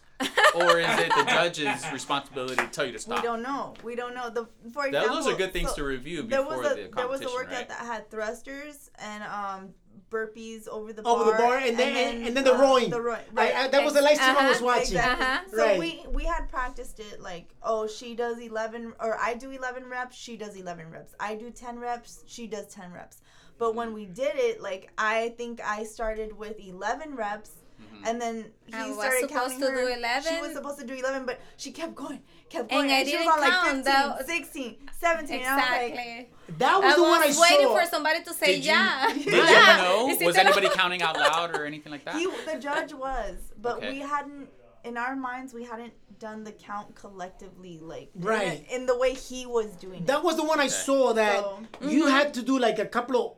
Or is it the
[laughs]
judge's responsibility to tell you to
We
stop?
don't know. We don't know. The for
That-
example,
those are good things
so
to review
There
before the
was a
competition,
there was a workout
right?
that had thrusters and um burpees over the
Over
bar,
the bar, and then and, then the
uh,
rowing.
The rowing.
Right.
Right.
I, that was the last time I was
Exactly.
watching.
Uh-huh.
So
Right.
we we had practiced it like oh she does 11 or I do 11 reps she does 11 reps I do 10 reps she does 10 reps but when we did it like I think I started with 11 reps
Mm-hmm.
and then he
I was
started
supposed
counting
to
her.
do 11.
she was supposed to do 11 but she kept going kept
And
going
I
she was
didn't
on like
count,
15
that was-
16 17 and I was like
exactly.
that was
I
the one I
was waiting
saw.
for somebody to say
Did you- [laughs]
yeah.
[laughs] Did you
[laughs] yeah.
know?
Is it
Was
[laughs]
the-
anybody counting out loud or anything like that?
he the judge was but
Okay.
we hadn't in our minds we hadn't done the count collectively like in the-
Right.
in, the way he was doing it
That was the one I saw that
So-
you
mm-hmm.
had to do like a couple of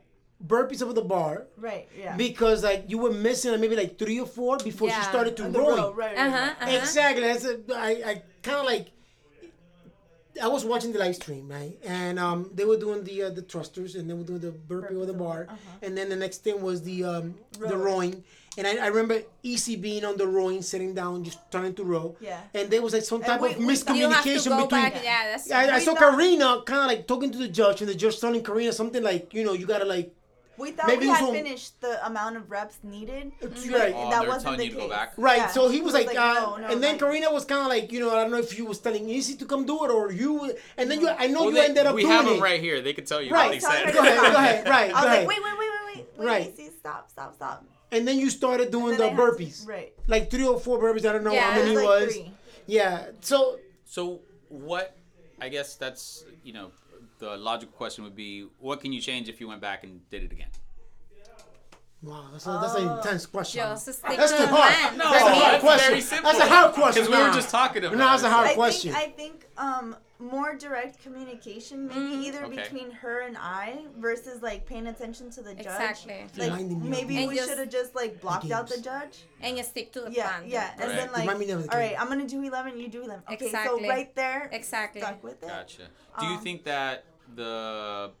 burpees over the bar
right yeah
because like you were missing like, maybe like three or four before she
Yeah.
started to
On the
row.
row, right, right,
Uh-huh,
right.
uh-huh.
Exactly. That's a, I, I kind of like. I was watching the live stream, right? And um, they were doing the uh, the thrusters, and then we doing the burpee or the bar, and then the next thing was the um, the rowing. And I, I remember EC being on the rowing, sitting down, just trying to row.
Yeah.
And there was like some type of
we- we thought-
You have to
miscommunication
go
between.
back. Yeah, that's
I, I
We
saw
thought-
Karina kind of like talking to the judge, and the judge telling Karina something like, you know, you gotta like,
We thought
Maybe
we
this
had
one-
finished the amount of reps needed.
It's
but
right.
Oh,
that
they're
wasn't
telling
the
you to
case.
go back?
right?
Yeah.
So he was like, uh,
no, no,
and then
like-
Karina was kind of like, you know, I don't know if you was telling Easy to come do it or you, and then you, I know
Well,
you
they-
ended up
we
doing
have
it.
them right here. They could tell you
Right,
what they
sorry.
said.
go ahead, go ahead, right,
I was
go ahead.
like, wait, wait, wait, wait, wait, wait,
Right.
Macy, stop, stop, stop.
and then you started doing
Then
the
I had to-
burpees,
right.
Like three or four burpees. I don't know
Yeah.
how many
It was like
was.
three.
Yeah. So
So what? I guess that's you know the logical question would be what can you change if you went back and did it again?
wow, that's, a, that's
Oh.
an intense question.
Just stick
that's
to
too
the
hard.
plan.
No,
that's a hard
that's very
question.
simple.
That's a hard question.
Because we were
Nah.
just talking about.
No, that's a
it.
hard
I
question.
think I think um more direct communication,
Mm-hmm.
maybe either
Okay.
between her and I versus like paying attention to the judge.
Exactly.
Like
Reminding me of
maybe
And
we
just-
should have just like blocked out the
Games.
judge.
And you stick to the
Yeah,
plan.
yeah, and then
Right.
like,
Remind me of the
all right,
game.
I'm gonna do eleven. You do eleven. Okay,
Exactly.
so right there,
Exactly.
stuck with it.
Gotcha. Do you
Um,
think that the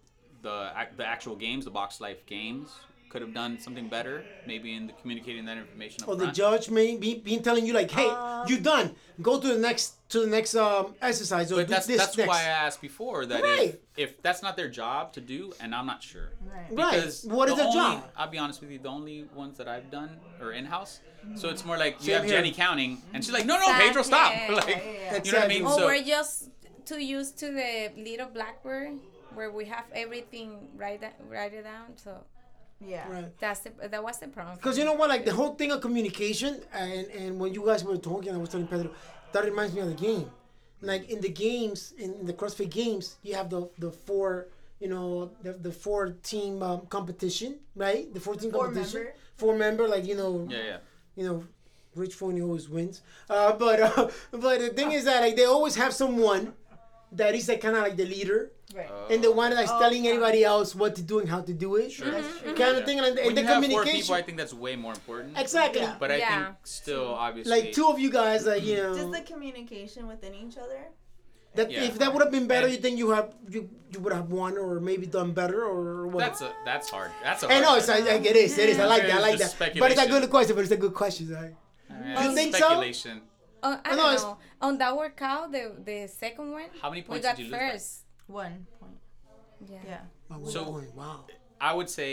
the ac- the actual games, the box life games, could have done something better? Maybe in the communicating that information. Up
Or the
front?
judge may be, be telling you like, hey,
Uh,
you done. Go to the next to the next um exercise or
But
do
that's
this
that's
next.
why I asked before that
Right.
if, if that's not their job to do, and I'm not sure.
Right.
Right.
Because
What is
the
their
only-
job?
I'll be honest with you, the only ones that I've done are in house. So it's more like you
Same
have Jenny
here.
counting, and she's like, no, no, Pedro, stop.
Exactly.
[laughs] Like,
Exactly.
You know what I mean?
Or
So,
Oh, we're just too used to the little blackboard where we have everything write that, write it down. So
Yeah.
Right.
that's the, that was the problem.
Because you know what, like the whole thing of communication, and and when you guys were talking, I was telling Pedro, that reminds me of the game. Like in the games, in, in the CrossFit games, you have the the four, you know, the, the four team um, competition, right? The four team
Four
competition,
member.
four member, like you know,
yeah, yeah.
you know, Rich Forney always wins. Uh, but uh, [laughs] but the thing is that like they always have someone that is like kind of like the leader.
Right.
Uh,
And the one that's
Oh,
telling
yeah.
anybody else what to do and how to do it,
Sure.
That's true.
kind of thing, and, and
When
the
you have four
communication.
people, I think that's way more important.
exactly.
Yeah.
But I
Yeah.
think still, obviously,
like two of you guys like you know
Just the communication within each other.
that
Yeah.
if that would have been better
And-
you think you have you you would have won or maybe done better or what
That's a that's hard. That's a.
I
hard
know it's
question.
like, like it is, it is. I like that, I
It's
like that.
just
But it's a
speculation.
good question. But it's a good question. Right?
Yeah,
You think so?
speculation.
Oh, I
No,
don't
it's-
know. On that workout, the the second one,
How many
we
points
got
did you lose? by?
first.
One point.
Yeah.
Yeah.
Wow, we're
So-
going,
[laughs]
wow.
I would say,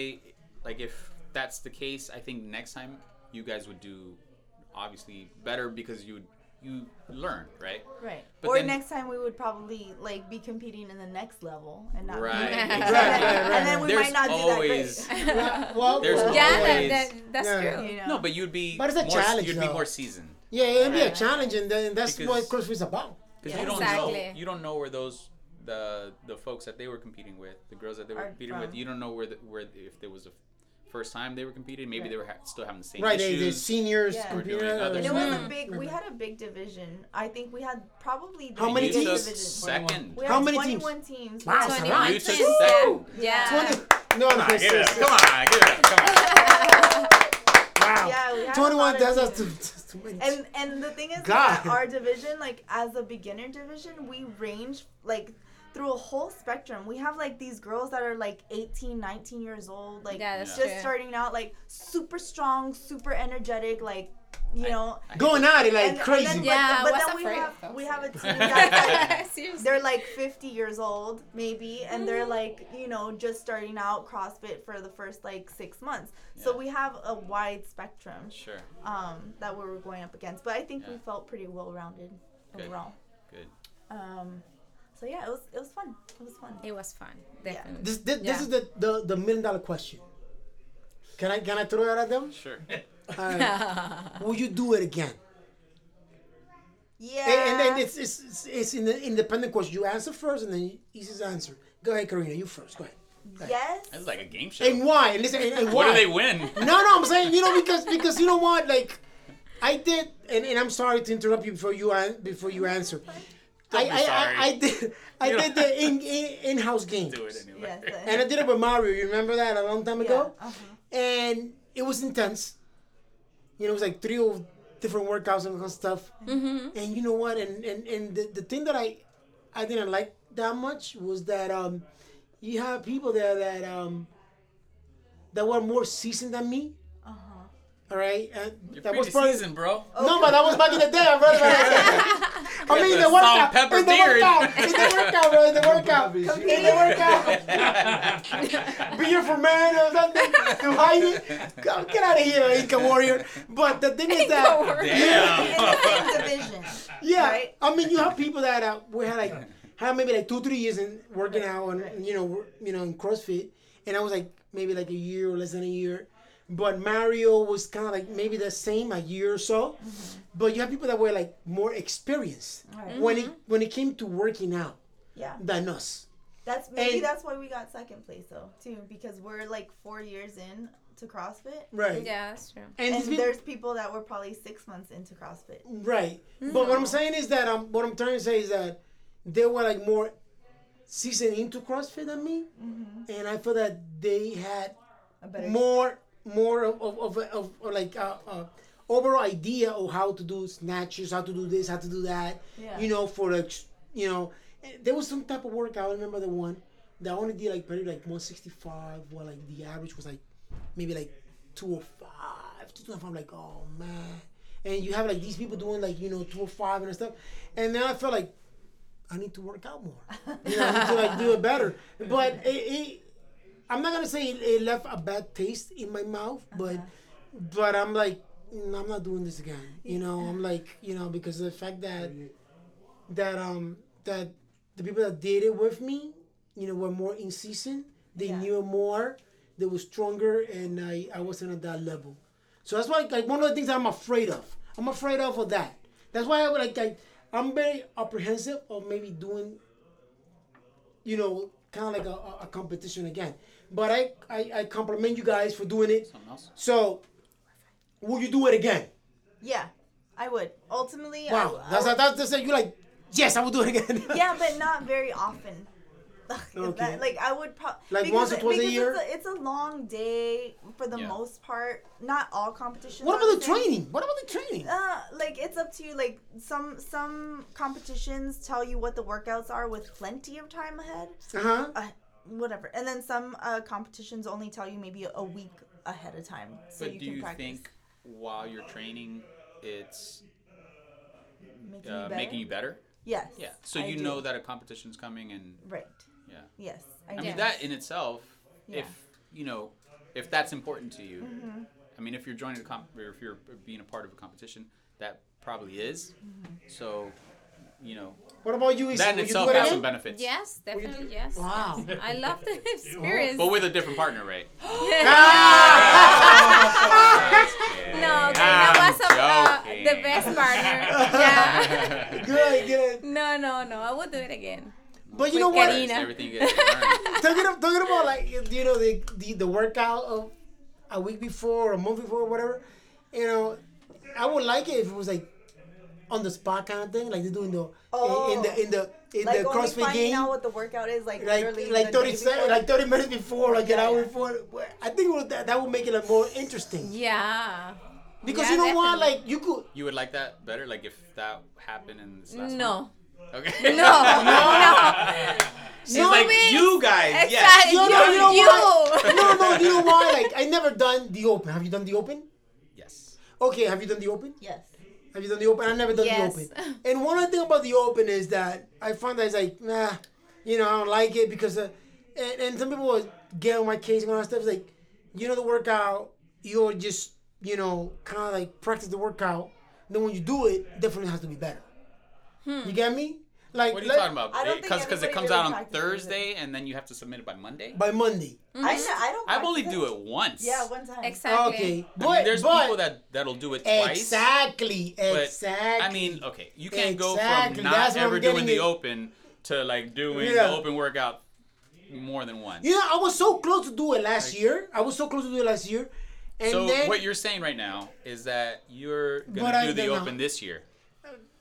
like, if that's the case, I think next time you guys would do obviously better because you would you learn, right?
Right.
But
or
then-
next time we would probably like be competing in the next level and not. be-
[laughs] Right.
and
exactly.
then- and then we
There's
might not do that
always
great.
Well,
There's
well,
Yeah, that,
Always.
that, that's
Yeah.
true.
[laughs] You know?
no, but you'd be
But it's a
more, s-
challenge,
You'd be
though.
more seasoned
yeah, it'd be a challenge, and then that's what
Because-
CrossFit's about.
because
Yeah.
you don't know
Exactly.
you don't know where those the the folks that they were competing with, the girls that they were
Are
competing
from.
with, you don't know where the, where the- if there was a f- first time they were competing, maybe they were ha- still having the same
Right, they,
issues.
the seniors,
Yeah.
We're doing
computer.
other
And it
stuff.
was
uh,
a big. We had a big division. I think we had probably the
How many
you
biggest
teams?
took
division.
second.
We had
How many teams?
21 teams.
Wow, that's a lot.
21
You took
teams,
second.
Yeah. yeah.
20. No, no,
Nah, give it up.
it's-
Come on, give it up. Come on.
wow.
Yeah, we had a
21,
lot of
that's, that's
teams.
too, that's too many.
And and the thing is
God.
that our division, like as a beginner division, we range like through a whole spectrum. We have like these girls that are like 18, 19 years old, like
Yeah, that's
just
true.
starting out, like super strong, super energetic, like you know.
I hate
Going at it like
and- and then-
crazy.
but-
Yeah,
but,
I was
then we
afraid
have
of those.
we have a team
[laughs]
that's like
Seriously.
[laughs] they're like 50 years old maybe and
Mm-hmm.
they're like you know just starting out crossfit for the first like six months so
Yeah.
we have a wide spectrum
Sure.
um, that we were going up against. But I think we
Yeah.
felt pretty well rounded
Good.
overall.
Good.
Um, so yeah, it was it was fun. It was fun.
It was fun. Definitely.
This, this, this
Yeah.
is the, the, the million dollar question. Can I can I throw it at
[laughs]
them?
Sure.
Will you do it again?
Yeah.
And, and, and it's, it's, it's, it's in the independent question. You answer first, and then easiest answer. Go ahead, Karina. You first. Go ahead.
yes.
It's like a game show.
And why? And listen. And, and
what
why?
do
[laughs]
they win? [laughs]
No, no, I'm saying you know because because you know what like I did and, and I'm sorry to interrupt you before you an, before you answer. I,
be
I, I
sorry.
I did I
You
did
know.
the in, in in-house game.
Do it anyway.
yes. uh,
And I did it with Mario. You remember that a long time
yeah,
ago?
uh-huh.
And it was intense. You know, it was like three of different workouts and all that stuff. Mm-hmm. And you know what? And and, and the, the thing that I I didn't like that much was that um you have people there that um that were more seasoned than me.
Uh-huh.
All right, and
[laughs] You're
that was
pretty
probably Oh
seasoned, bro.
no, but that was back in the day, bro. I
[laughs]
mean, in the
Salt,
workout,
pepper,
in the
beard.
workout, in the workout, bro, in the workout,
Bobby,
in the
[laughs]
[laughs] workout. Beer for man or
[laughs]
something to hide it. Come, get out of here, Inca warrior. But the thing is that,
[laughs]
[laughs]
Uh-huh. In the same division.
yeah,
Right.
I mean, you have people that uh, we had like had maybe like two, three years in working out and you know, wor- you know, in CrossFit, and I was like maybe like a year or less than a year. But Mario was kind of like maybe the same, a year or so.
Mm-hmm.
But you have people that were like more experienced
Right.
when it when it came to working out
Yeah.
than us.
That's maybe
And-
that's why we got second place though too because we're like four years in to CrossFit.
Right.
Yeah, that's true.
And,
And
it's been-
there's people that were probably six months into CrossFit.
right. But what I'm saying is that um, what I'm trying to say is that they were like more seasoned into CrossFit than me, and I feel that they had
A better
more more of of, of, of, of like uh, uh, overall idea of how to do snatches, how to do this, how to do that.
Yeah.
You know, for like you know, eh, there was some type of workout. I remember the one that only did like probably like 165, while like the average was like maybe like 205, 225. I'm like, oh man. And you have like these people doing like you know 205 and stuff, and then I felt like I need to work out more. You know, I need to like do it better. But it, it I'm not gonna say it, it left a bad taste in my mouth, but but I'm like, "Mm, I'm not doing this again. You know, I'm like, you know, because of the fact that that um that the people that did it with me, you know, were more in season. They
Yeah.
knew more. They were stronger, and I I wasn't at that level. So that's why like one of the things I'm afraid of. I'm afraid of of that. That's why I would like I, I'm very apprehensive of maybe doing you know, kind of like a, a- a competition again. But I, I, I compliment you guys for doing it.
Something else?
So, will you do it again?
Yeah, I would. Ultimately, I
Wow,
w- I
that's
would-
that's, that's you like, yes, I will do it again.
[laughs] yeah, but not very often. Ugh, is
Okay.
that- like I would probably
Like once or twice a year?
It's a, it's a long day for the
Yeah.
most part. Not all competitions.
[laughs] What
are
about the
same.
training? What about the training?
Uh, like it's up to you. Like some some competitions tell you what the workouts are with plenty of time ahead.
Uh huh.
Uh, whatever, and then some uh, competitions only tell you maybe a week ahead of time, so
but
you
do
can
you
practice.
think while you're training, it's
making,
uh,
you better?
making you better?
yes.
Yeah. So
I
you
do.
know that a competition's coming, and
Right.
yeah.
Yes.
I
do.
mean that in itself,
Yeah. Mm-hmm.
if you know, if that's important to you, I mean, if you're joining a comp, or if you're being a part of a competition, that probably is.
Mm-hmm.
So, you know,
What about you? Is
that in
would you
itself
do it
has some
again?
benefits.
Yes, definitely yes.
Wow.
I love
[laughs]
the experience. [laughs]
But with a different partner,
[laughs]
right?
No, Karina
I'm
was a, uh,
joking.
the best
[laughs]
partner. Yeah.
[laughs] Good, good.
no, no, no. I would do it again.
But you
With
know what?
Karina.
Everything you guys learn.
[laughs] talking, about, talking about like you know the, the the workout of a week before or a month before or whatever you know i would like it if it was like on the spot kind of thing like they do in the in, in the in the in
Like
the
only
crossfit
finding
game
out what the workout is like, literally
like like
the
30
day
seconds,
before.
like 30 minutes before like an
Yeah,
hour
yeah.
before i think it would, that, that would make it like more interesting
Yeah.
because
Yeah,
you know what
definitely.
like you could
You would like that better, like if that happened in this last
No.
one? [laughs] Okay.
No. No.
She's
No
like
means-
you guys.
Exactly.
Yes.
You
You.
know- you know
you.
no
[laughs]
no you know why like i never done the open have you done the open
Yes.
okay have you done the open
yes.
Have you done the open? I've never done
Yes.
the open. And one other thing about the open is that I found that it's like, nah, you know, I don't like it because, uh, and, and some people would get on my case and all that stuff. It's like, you know, the workout, you'll just, you know, kind of like practice the workout. Then when you do it, definitely has to be better.
Hmm.
You get me? Like,
What are you
like,
talking about?
I don't think
Because because it
anybody
comes
really
out on
practices it.
Thursday and then you have to submit it by Monday.
By Monday.
I, should, I don't.
I've only
practice
do it once.
Yeah, one time.
[laughs] Mm-hmm. Exactly.
Okay.
I
But,
mean, there's
but,
people that that'll do it twice.
Exactly.
But,
exactly.
I mean, okay, you can't
Exactly,
go from not
that's what I'm
ever doing
getting
the
at.
open to like doing
Yeah.
the open workout more than once.
you know, I was so close to do it last year. I was so close to do it last year. And
so
then,
what you're saying right now is that you're
But I
gonna do the
don't know.
open this year,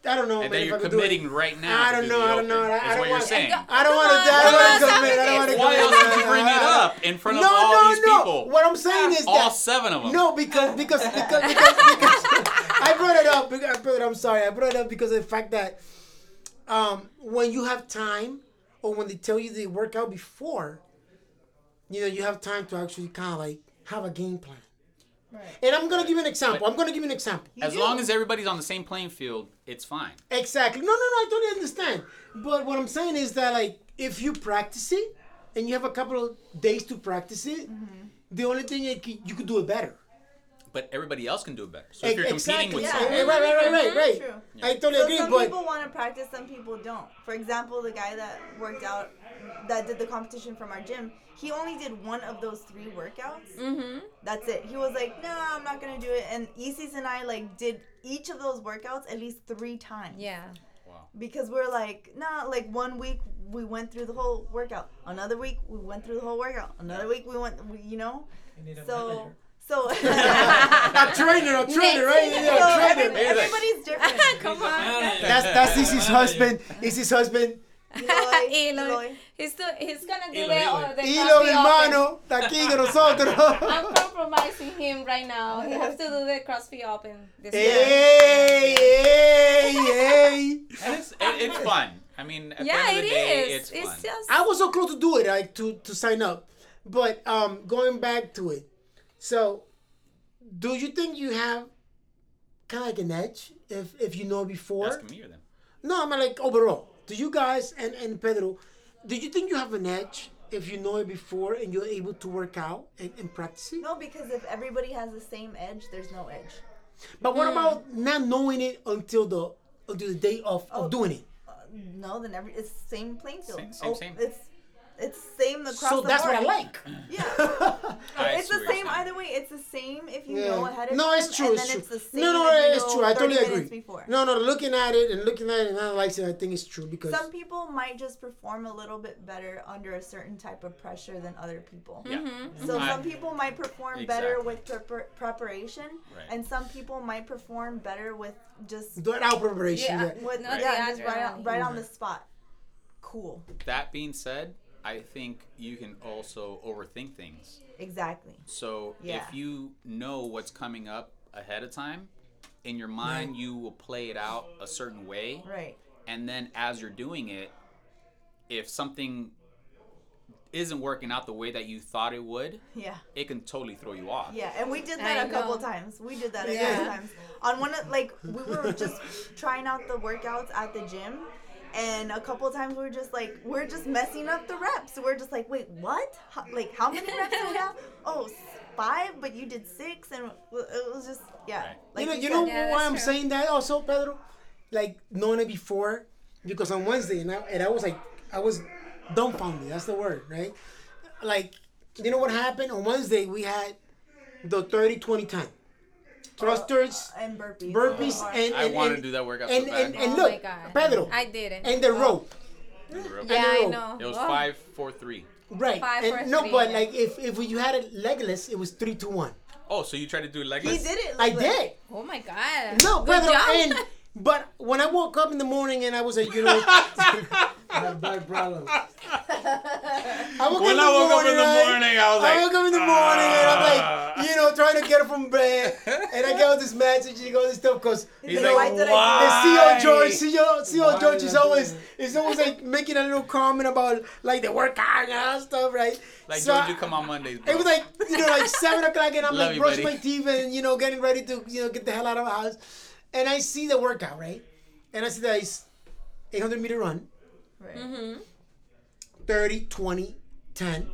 I don't know.
and
man,
that
if
you're
I could do it.
committing right now.
I
to
don't
do
know,
the
I don't
open,
know, I- I
is
don't
what you're
want-
saying.
I don't want to die. I
Come on,
don't want to commit. I don't want to
Saturday.
Why
commit.
else did you bring it up in front of all these people?
What I'm saying is
all
that
seven of them.
no, because because because because, because I brought it up. because- I brought it, I'm sorry. I brought it up because of the fact that um, when you have time, or when they tell you they work out before, you know you have time to actually kind of like have a game plan. And I'm gonna give you an example. I'm gonna give you an example.
as long as everybody's on the same playing field, it's fine.
Exactly. No, no, no. I totally understand. But what I'm saying is that, like, if you practice it and you have a couple of days to practice it,
Mm-hmm.
the only thing you could, you could do it better.
But everybody else can do it better. So if you're
E-
competing with
yeah.
someone,
Right, right, right, right, right.
True.
I totally
So
agree.
some
but
people want to practice, some people don't. For example, the guy that worked out, that did the competition from our gym, he only did one of those three workouts.
Mm-hmm.
That's it. He was like, "No, I'm not gonna do it." And Isis and I like did each of those workouts at least three times.
Yeah.
Because we're like, nah. Like one week we went through the whole workout. Another week we went through the whole workout. Another week we went, we, you know. So so.
[laughs]
[laughs]
[laughs]
a trainer, a trainer, right?
So
Yeah, a
every-
trainer.
everybody's different.
[laughs]
[laughs]
Come on.
That's that's Issy's husband. Issy's husband.
Eloy,
Eloy.
Eloy.
He's, still, he's gonna do
Eloy,
the,
Eloy.
or the
Hilo
coffee open.
hermano, está aquí con nosotros.
[laughs]
I'm compromising him right now. He has to do the CrossFit Open this
Eh.
year.
Hey, hey, hey.
and it's, it, it's fun. I mean, at the
Yeah,
end of
it
the day, it's
is.
fun.
It's just.
I was so close to do it, like to to sign up, but um, going back to it. So, do you think you have kind of like an edge if if you know before?
Asking me or them.
No, I'm like overall. Do you guys and and Pedro, do you think you have an edge if you know it before and you're able to work out and, and practice it?
No, because if everybody has the same edge, there's no edge.
But what about not knowing it until the until the day of,
Oh,
of doing it?
Uh, No, then every it's same playing field. Oh,
Same- same, same.
It's it's same across
So
the
that's
board.
what I like.
I
Yeah, it's
see
the
what you're saying.
same either way. It's the same if you
Yeah.
know ahead of
no,
time.
it's true.
and
it's
then
true.
It's the same
no, no,
if you
it's
know
true. I
30
totally agree.
minutes Before.
No, no, looking at it and looking at it and analyzing, it, I think it's true because
Some people might just perform a little bit better under a certain type of pressure than other people.
Yeah.
Mm-hmm.
So
I-
some people might perform better
Exactly.
with prepar preparation,
Right.
and some people might perform better with just
do it out preparation.
Yeah.
Yeah.
with
Not
yeah,
the
just right, on,
adrenaline.
right on the spot. Cool.
That being said, I think you can also overthink things.
Exactly.
So
Yeah.
if you know what's coming up ahead of time, in your mind you will play it out a certain way,
Right.
and then as you're doing it, if something isn't working out the way that you thought it would,
Yeah.
it can totally throw you off.
Yeah, and we did
I
that a couple
know.
times. We did that a
Yeah.
couple times. On one of like we were just trying out the workouts at the gym and a couple times we were just like we're
[laughs]
just messing up the reps. We're just like, "Wait, what? How, like how many reps do we have?" Oh, s- five, but you did six, and w- it was just yeah. Like
you know, you know
said,
Yeah,
why
that's
I'm
true.
saying that also, Pedro? Like knowing it before, because on Wednesday and I, and I was like, I was dumbfounded. That's the word, right? Like, you know what happened on Wednesday? We had the 30-20 time, thrusters,
and burpees.
burpees,
Or-
and
I
and,
want to
and-
do that workout
and
so
and,
bad.
and
Oh my
look,
God.
Pedro,
I didn't.
and the rope,
Yeah, I
rope.
know.
It was
Whoa.
five, four, three.
right?
Five
and
for
no,
three,
but
yeah.
like if if you had it legless, it was three to one.
Oh, so you tried to do
he
legless?
did it.
I
like-
did.
Oh my god.
No,
Good
Pedro,
job.
and but when I woke up in the morning and I was like,
[laughs]
you know,
That bad brother.
I woke
When
up in the
I woke up
morning,
in the
right?
morning, I was like, "Ah."
I woke up in the morning and I'm like, you know, trying to get up from bed, and I get all this message and all this stuff because
He's
you know,
Why
like,
did I do
the CEO
why?
George, CEO, CEO
Why
George
did
is
I do
always
that?
is always like making a little comment about like the workout and all that stuff, right?
Like,
So
George,
I-
you come on Mondays, bro.
it was like you know like seven o'clock and I'm
Love
like
you,
brushing
buddy.
my teeth and you know getting ready to you know get the hell out of the house, and I see the workout right, and I see that it's 800 meter run,
Right.
Mm-hmm.
30, 20, 10,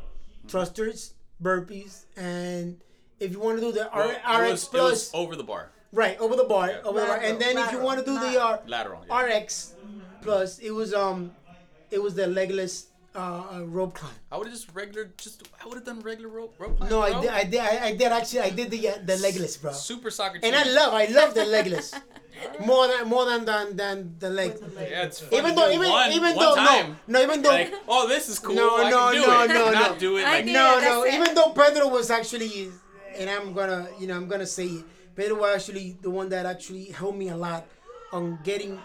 thrusters, burpees, and if you want to do the
Well,
R-
it was-
RX
it
plus
was over the bar,
right over the bar
Yeah.
over the bar, and
Lateral,
then if you
lateral,
want to do the
lateral.
R-
lateral. yeah.
RX plus it was um it was the legless uh, uh, rope climb.
I would have just regular, just I would have done regular rope, rope climb,
No, I
bro.
did, I did, I, I did actually, I did the uh, the legless, bro.
Super soccer.
And I
team.
love, I love the
[laughs]
legless more than more than than, than the leg.
With the leg.
Yeah, it's
Even though, even
one,
even
one
though,
time.
no, no, even though,
Like, oh, this is cool.
No,
I
no,
can do
no,
it.
no,
Not
no.
do it
I
like
did.
no,
that's
no.
it.
Even though Pedro was actually, and I'm gonna, you know, I'm gonna say it. Pedro was actually the one that actually helped me a lot on getting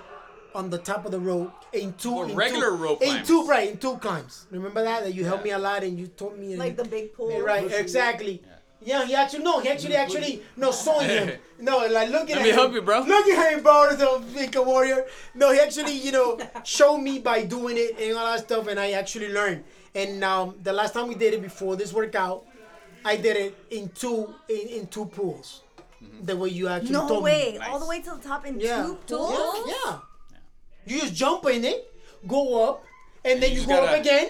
on the top of the rope in two
Or
in
regular
two,
rope
in
climbs.
two right in two climbs. Remember that that you helped me a lot and you told me
Like the big pool.
right exactly. Yeah, he actually no, he actually actually no saw
[laughs]
him. No, like looking
Let
at
me
him.
help you, bro.
Look at him, bro, the Inca warrior. No, he actually you
[laughs]
know showed me by doing it and all that stuff, and I actually learned. And um, the last time we did it before this workout, I did it in two in, in two pools.
Mm-hmm.
The way you actually
No
told
way.
me.
All the way to the top in
Yeah.
two
Yeah,
pools.
Yeah. You just jump in it, go up, and, then
you
you,
just
go up
gotta-
again.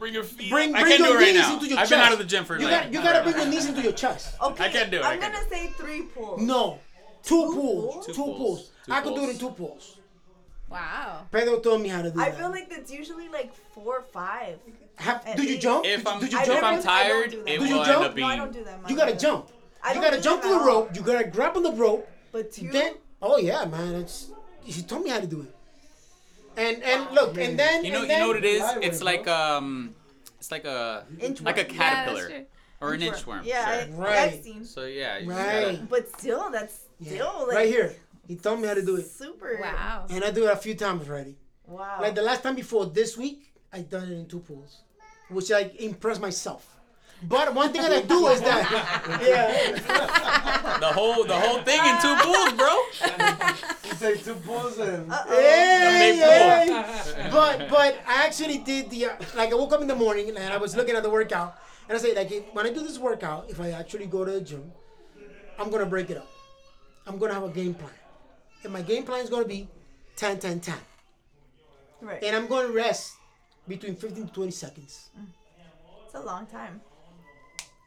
bring your feet.
Bring-
I
bring
can't do
your
it right
knees
now.
into your
I've been
chest.
out of the gym for
You
like.
got you gotta bring your knees into your chest.
Okay.
I can't do it, I
I'm
can't
gonna
do
say three pools.
No, two, pools,
pools?
two,
Two
pools.
pools. Two
I could do it
pools.
in two pools.
[laughs] Wow.
Pedro told me how to do
I
that.
feel like that's usually like four or five.
Have,
at
do you
least-
jump?
If I'm
do you
I
if
jump?
don't
I'm
do- I don't
tired,
do that.
it
Do
will
you
end
jump?
up
No,
being.
I don't do that. Mom.
you gotta jump.
I
You
don't
gotta
do
jump
that
to the
at all.
rope. You gotta grab on the rope.
But two.
Then, oh yeah, man, it's he told me how to do it. And and look, and then
You know,
and
you
then,
know what it is?
Flyway,
It's
bro.
like um, it's like a
Inchworm.
like a
Yeah, that's
caterpillar
true.
or an inchworm.
Yeah,
sure.
I,
Right.
I've seen.
So yeah. you just
Right.
gotta-
But still, that's
Yeah.
still like
right here. He told me how to do it,
Super.
Wow.
and I do it a few times already.
Wow.
Like the last time before this week, I done it in two pools, which I impressed myself. But one thing that I do is that, yeah.
The whole the whole thing in two pools,
[laughs]
bro.
You take two pulls and
Hey,
Make more.
hey. But but I actually did the uh, like I woke up in the morning and I was looking at the workout and I say like if, when I do this workout if I actually go to the gym I'm gonna break it up I'm gonna have a game plan and my game plan is gonna be 10 10 10
right.
and I'm gonna rest between 15 to 20 seconds
It's a long time.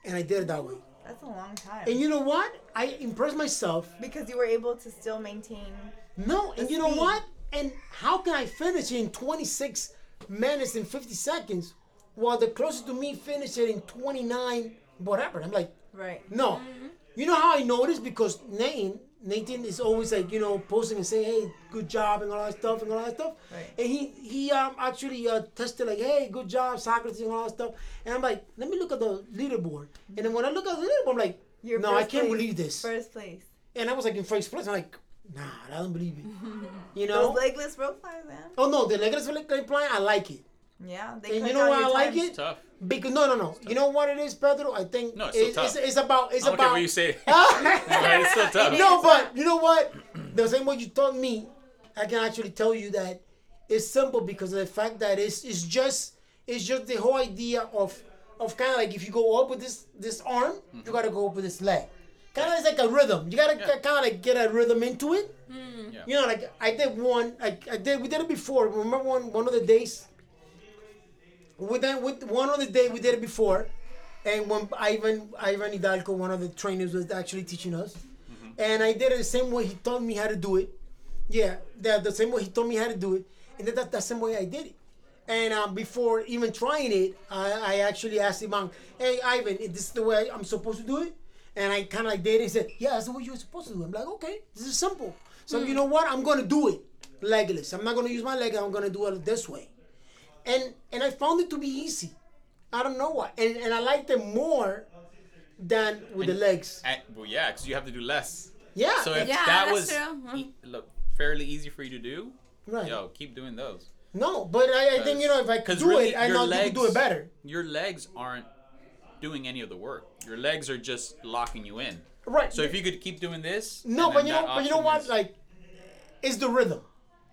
and I did it that way
That's a long time.
and you know what I impressed myself
because you were able to still maintain.
No, and you know
speed.
what? And how can I finish in 26 minutes and 50 seconds while the closer to me finish it in 29 whatever? I'm like,
Right.
no.
Mm-hmm.
You know how I know this? Because Nathan, Nathan is always like, you know, posting and saying, hey, good job and all that stuff and all that stuff.
Right.
And he he um, actually uh, tested like, hey, good job, Socrates and all that stuff. And I'm like, let me look at the leaderboard. And then when I look at the leaderboard, I'm like,
Your
no, I
first
can't
place-
believe this.
First place.
And I was like in first place. I'm like, nah, I don't believe it.
[laughs]
You know?
Those legless rope climbs, man.
Oh no, the legless leg plan, I like it.
Yeah. They
And
cut
you know
down
why
your
I like
time.
it?
Tough.
Because no, no, no. You know what it is, Pedro? I think
No, it's
it-
still
it's,
tough.
it's about it's
I don't care
about.
what you
[laughs]
say. [laughs]
say.
But it's still tough.
no, but you know what? [clears throat] The same way you taught me, I can actually tell you that it's simple because of the fact that it's it's just it's just the whole idea of of kind of like if you go up with this this arm, you gotta go up with this leg. Kind of like a rhythm. You gotta
Mm-hmm. Yeah.
kind of like get a rhythm into it.
Yeah.
You know, like I did one. I, I did. We did it before. Remember one one of the days. We done with one on the day we did it before, And when Ivan Ivan Hidalgo, one of the trainers, was actually teaching us, and I did it the same way he taught me how to do it. Yeah, the, the same way he taught me how to do it, and that, that's the same way I did it. And um, before even trying it, I, I actually asked Ivan, "Hey, Ivan, is this the way I'm supposed to do it?" And I kind of like did it. He said, "Yeah, that's what you're supposed to do." I'm like, "Okay, this is simple." So you know what? I'm gonna do it legless. I'm not gonna use my leg. I'm gonna do it this way. And and I found it to be easy. I don't know why. And and I liked it more than with the
And-
legs.
I, well, yeah, because you have to do less.
Yeah.
So if
Yeah,
that
that's
was
true.
e- look fairly easy for you to do,
right.
yo, keep doing those.
No, but I, I think you know if I could
'Cause
do
really,
it, I
your
know you could do
legs-
it better.
Your legs aren't doing any of the work. Your legs are just locking you in.
Right.
So if you could keep doing this,
no,
and
but
then
you
that
know, but you know
option
what?
is-
Like, it's the rhythm,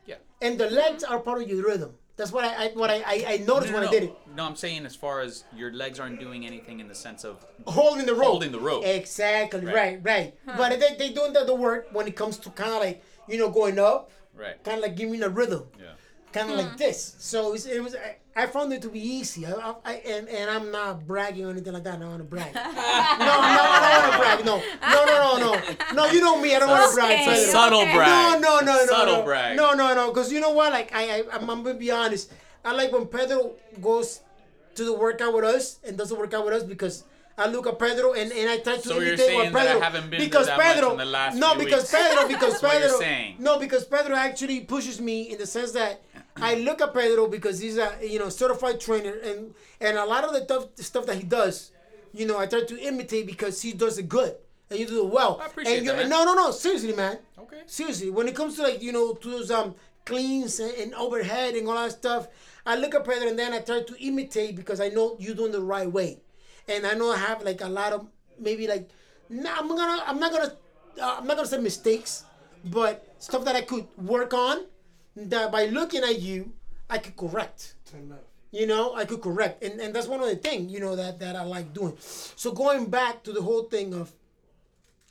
yeah.
and the legs are part of your rhythm. That's what I, I what I, I, I noticed when I did it.
No, I'm saying as far as your legs aren't doing anything in the sense of
holding the rope.
Holding the rope.
eh, Exactly. Right.
Right.
Right. But they they doing the, the work when it comes to kind of like you know going up,
right.
kind of like giving a rhythm,
Yeah.
kind of like this. So it's, it was I, I found it to be easy. I, I, I and and I'm not bragging or anything like that. I don't want to brag. no, no, I don't want to brag. No, no, no, no, no. You know me. I don't want to brag.
Okay.
Tyler.
Subtle
Okay.
brag.
No, no, no, no.
Subtle
no.
brag.
No, no, no. Because you know what? Like, I, I, I'm, I'm gonna be honest. I like when Pedro goes to the workout with us and doesn't work out with us because I look at Pedro and, and I try to
So you're
imitate what
saying that I
Pedro
haven't been
because
that much
Pedro
in the last
no
few
because
weeks. [laughs]
Pedro because
what you're
Pedro
saying.
no because Pedro actually pushes me in the sense that I look at Pedro because he's a you know certified trainer and and a lot of the tough stuff that he does you know I try to imitate because he does it good and you do it well
I appreciate
and
that,
you're-
man.
no no no seriously man
Okay.
Seriously, when it comes to like you know to those um cleans and, and overhead and all that stuff, I look at Pedro and then I try to imitate because I know you're doing the right way, and I know I have like a lot of maybe like nah, I'm gonna I'm not gonna uh, I'm not gonna say mistakes, but stuff that I could work on that by looking at you I could correct you know i could correct and, and that's one of the things you know that, that i like doing so going back to the whole thing of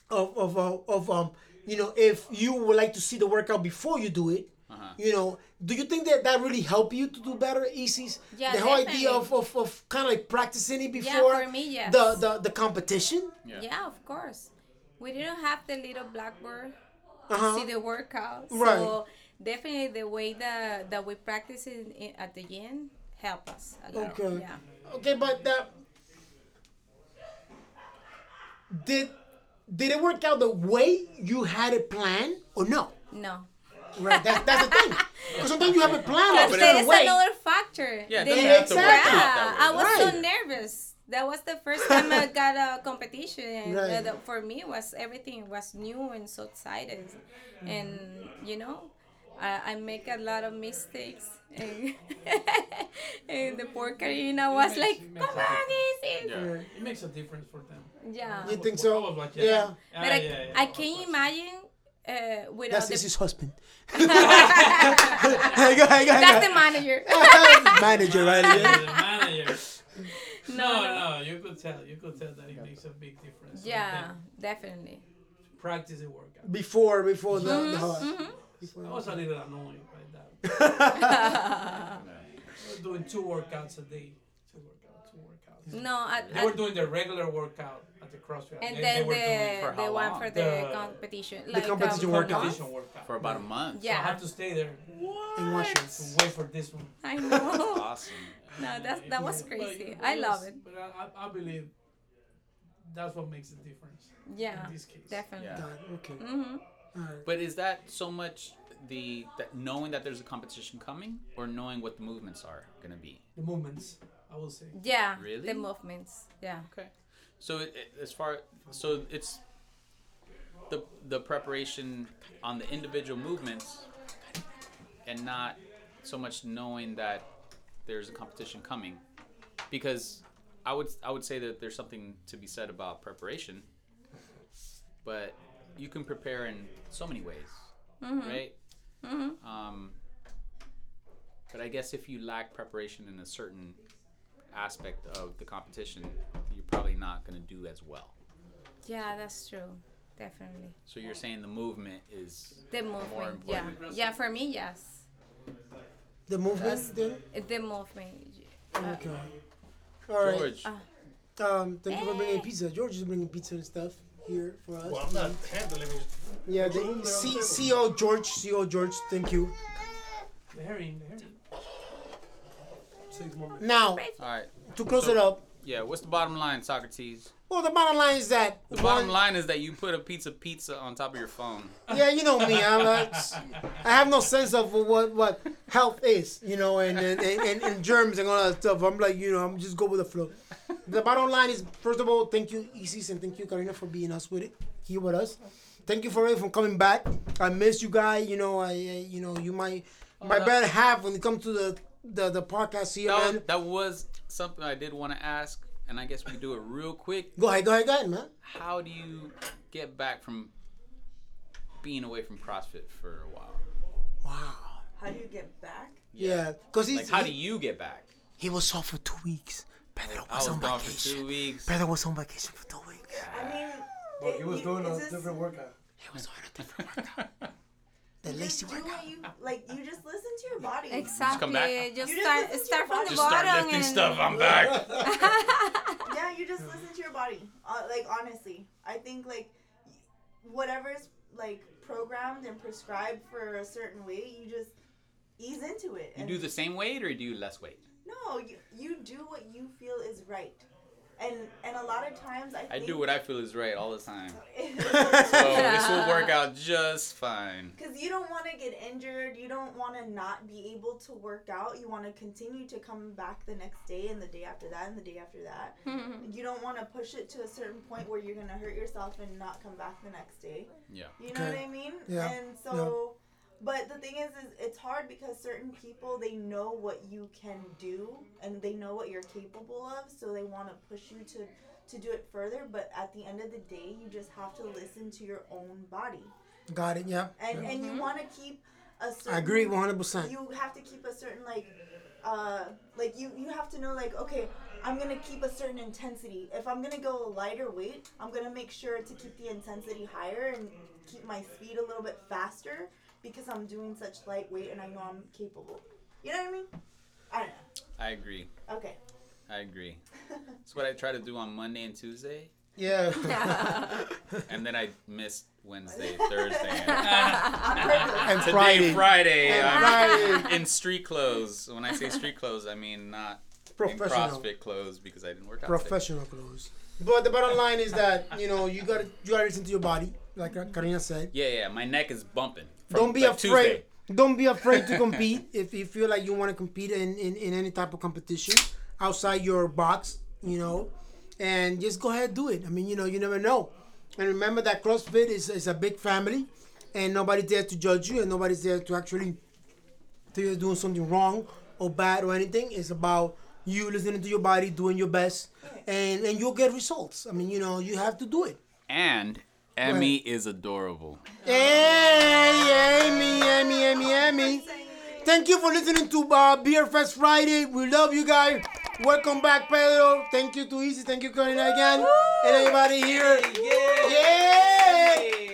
of of, uh, of um you know if you would like to see the workout before you do it you know do you think that that really help you to do better easies
Yeah,
the whole idea
definitely.
of of, of kind of like practicing it
Yeah,
before
for me, yes.
the, the the competition
Yeah.
Yeah, of course. We didn't have the little blackboard
Uh-huh.
to see the workout. So
Right.
definitely the way that, that we practice it in, at the gym help us a lot.
Okay.
Yeah.
okay but that did did it work out the way you had it planned or no
No.
Right, that's, that's the thing. Because sometimes you have a plan of a
That
certain
is
way.
another factor.
Yeah, it
The-
doesn't have
to
yeah,
work
out that way.
I was so
Right.
nervous. That was the first time
[laughs]
I got a competition. And
Right.
uh, that for me, was everything was new and so excited, and you know, I, I make a lot of mistakes. And, [laughs] and the poor Karina was
makes-
like,
it makes
"Come
a
on, easy."
Yeah.
It makes a difference for them.
Yeah,
You think so?
All of like,
Yeah.
Ah,
but I,
yeah, yeah,
I
of
can't
course.
imagine uh, without
That's
the,
it's his husband. Hey, go ahead, go ahead,
[laughs]
go
that's the
[laughs]
manager.
ahead. manager, right?
[laughs] Yeah,
Yeah.
the
[laughs]
manager.
no,
No,
no,
no, you could tell. You could tell that it makes a big difference. So
yeah,
[laughs]
definitely. [laughs]
then Practice the workout.
Before, before the, the
I
before.
was a little annoyed by that. we were doing two workouts a day. Two workouts, two workouts.
No, I,
They
I-
were doing the regular workout at the CrossFit.
Mm, and
they
then
were doing
the
for
the
how
one
long?
for the,
The-
competition, like
competition
um,
workout.
competition workout.
For about a month.
So I
Yeah,
had to stay there
And watch
to
it.
wait for this one.
I
[laughs]
know. [laughs]
Awesome.
No, that's that was crazy.
But
I love
was-
it.
But I, I, I believe that's what makes the difference
Yeah,
in this case.
definitely.
Yeah.
God, okay.
hmm
All right.
But is that so much the that knowing that there's a competition coming or knowing what the movements are going to be?
The movements, I will say.
Yeah,
Really?
the movements. Yeah,
Okay. So it, it- as far so it's the the preparation on the individual movements and not so much knowing that there's a competition coming because I would I would say that there's something to be said about preparation but you can prepare in so many ways right um but I guess if you lack preparation in a certain aspect of the competition, you're probably not going to do as well.
yeah, that's true. Definitely.
So you're saying the movement is
The movement. Yeah,
important.
yeah. For me, yes.
The movement, then?
The movement.
Okay. All right. Uh.
George,
Um, thank you for bringing pizza. George is bringing pizza and stuff here for us.
Well, I'm not handling it.
Yeah, the
Room, they're
C-
on
CEO George, CEO George, thank you.
The herring, the herring.
Six more minutes.
Now,
All right.
to close
So-
it up,
Yeah. What's the bottom line, Socrates?
well, the bottom line is that.
The bottom line is that you put a pizza pizza on top of your phone.
Yeah, you know me. I'm, uh, I have no sense of what what health is, you know, and and, and, and germs and all that stuff. I'm like, you know, I'm just go with the flow. The bottom line is, first of all, thank you, Isis, and thank you, Karina, for being us with it here with us. Thank you for for coming back. I miss you guys. You know, I uh, you know you my my
that-
better half when it comes to the the, the podcast here,
That was,
man.
that was something I did want to ask, and I guess we do it real quick.
Go ahead, go ahead, go ahead, man.
How do you get back from being away from CrossFit for a while?
Wow.
How do you get back?
Yeah, because
Like, how do you get back?
he was off for two weeks. Pedro
I was gone for two [laughs] weeks.
Pedro was on vacation for two weeks.
I mean,
But Oh, he was
you-
doing
is
a
this-
different workout.
He was on a different workout. The lazy
just do
workout.
what you [laughs] like. You just listen to your body.
come back.
Exactly. Just,
You just
start
listen to
start
your
from the
body.
Just start
bottom
lifting
and
stuff. I'm back. [laughs]
Yeah, you just listen to your body. Uh, like honestly, I think like whatever's like programmed and prescribed for a certain way, you just ease into it.
You
and-
do the same weight or do you less weight?
No, you, you do what you feel is right, and and a lot of times I.
I
think
do what I feel is right all
[laughs]
the time.
[laughs]
So
Because
this will work out just fine.
you don't want to get injured, you don't want to not be able to work out. You want to continue to come back the next day and the day after that and the day after that. You don't want to push it to a certain point where you're gonna hurt yourself and not come back the next day.
Yeah.
You know
Okay.
what I mean?
Yeah.
And so, but the thing is, is it's hard because certain people they know what you can do and they know what you're capable of, so they want to push you to to do it further. But at the end of the day, you just have to listen to your own body,
Got it, yeah.
and and you want to keep a certain.
Mm-hmm. I agree 100%.
You have to keep a certain like. Uh, like you, you have to know like okay i'm gonna keep a certain intensity if i'm gonna go lighter weight i'm gonna make sure to keep the intensity higher and keep my speed a little bit faster because i'm doing such light weight and i know i'm capable you know what i mean i don't know
I agree.
okay
I agree. That's what I try to do on Monday and Tuesday,
[laughs] Yeah.
[laughs]
and then I missed Wednesday, Thursday, and
on purpose
and
today
Friday.
Friday.
And
I'm
Friday.
in street clothes. When I say street clothes, I mean not in
Professional.
CrossFit clothes because I didn't work out. today.
Professional clothes. But the bottom line is that, you know, you gotta you gotta listen to your body, like Karina said.
Yeah, yeah. My neck is bumping. from,
Don't be
like,
afraid.
Tuesday.
Don't be afraid
[laughs]
to compete if you feel like you want to compete in, in, in any type of competition outside your box, you know, and just go ahead and do it. I mean, you know, you never know. And remember that CrossFit is, is a big family and nobody's there to judge you and nobody's there to actually tell you you're doing something wrong or bad or anything. It's about you listening to your body, doing your best, and, and you'll get results. I mean, you know, you have to do it.
And Emmy is adorable.
Hey, Amy, Amy, Amy, Amy. Thank you for listening to uh, Beer Fest Friday. We love you guys. Welcome back, Pedro. Thank you to Easy. Thank you, Karina, again. And everybody here. Yeah.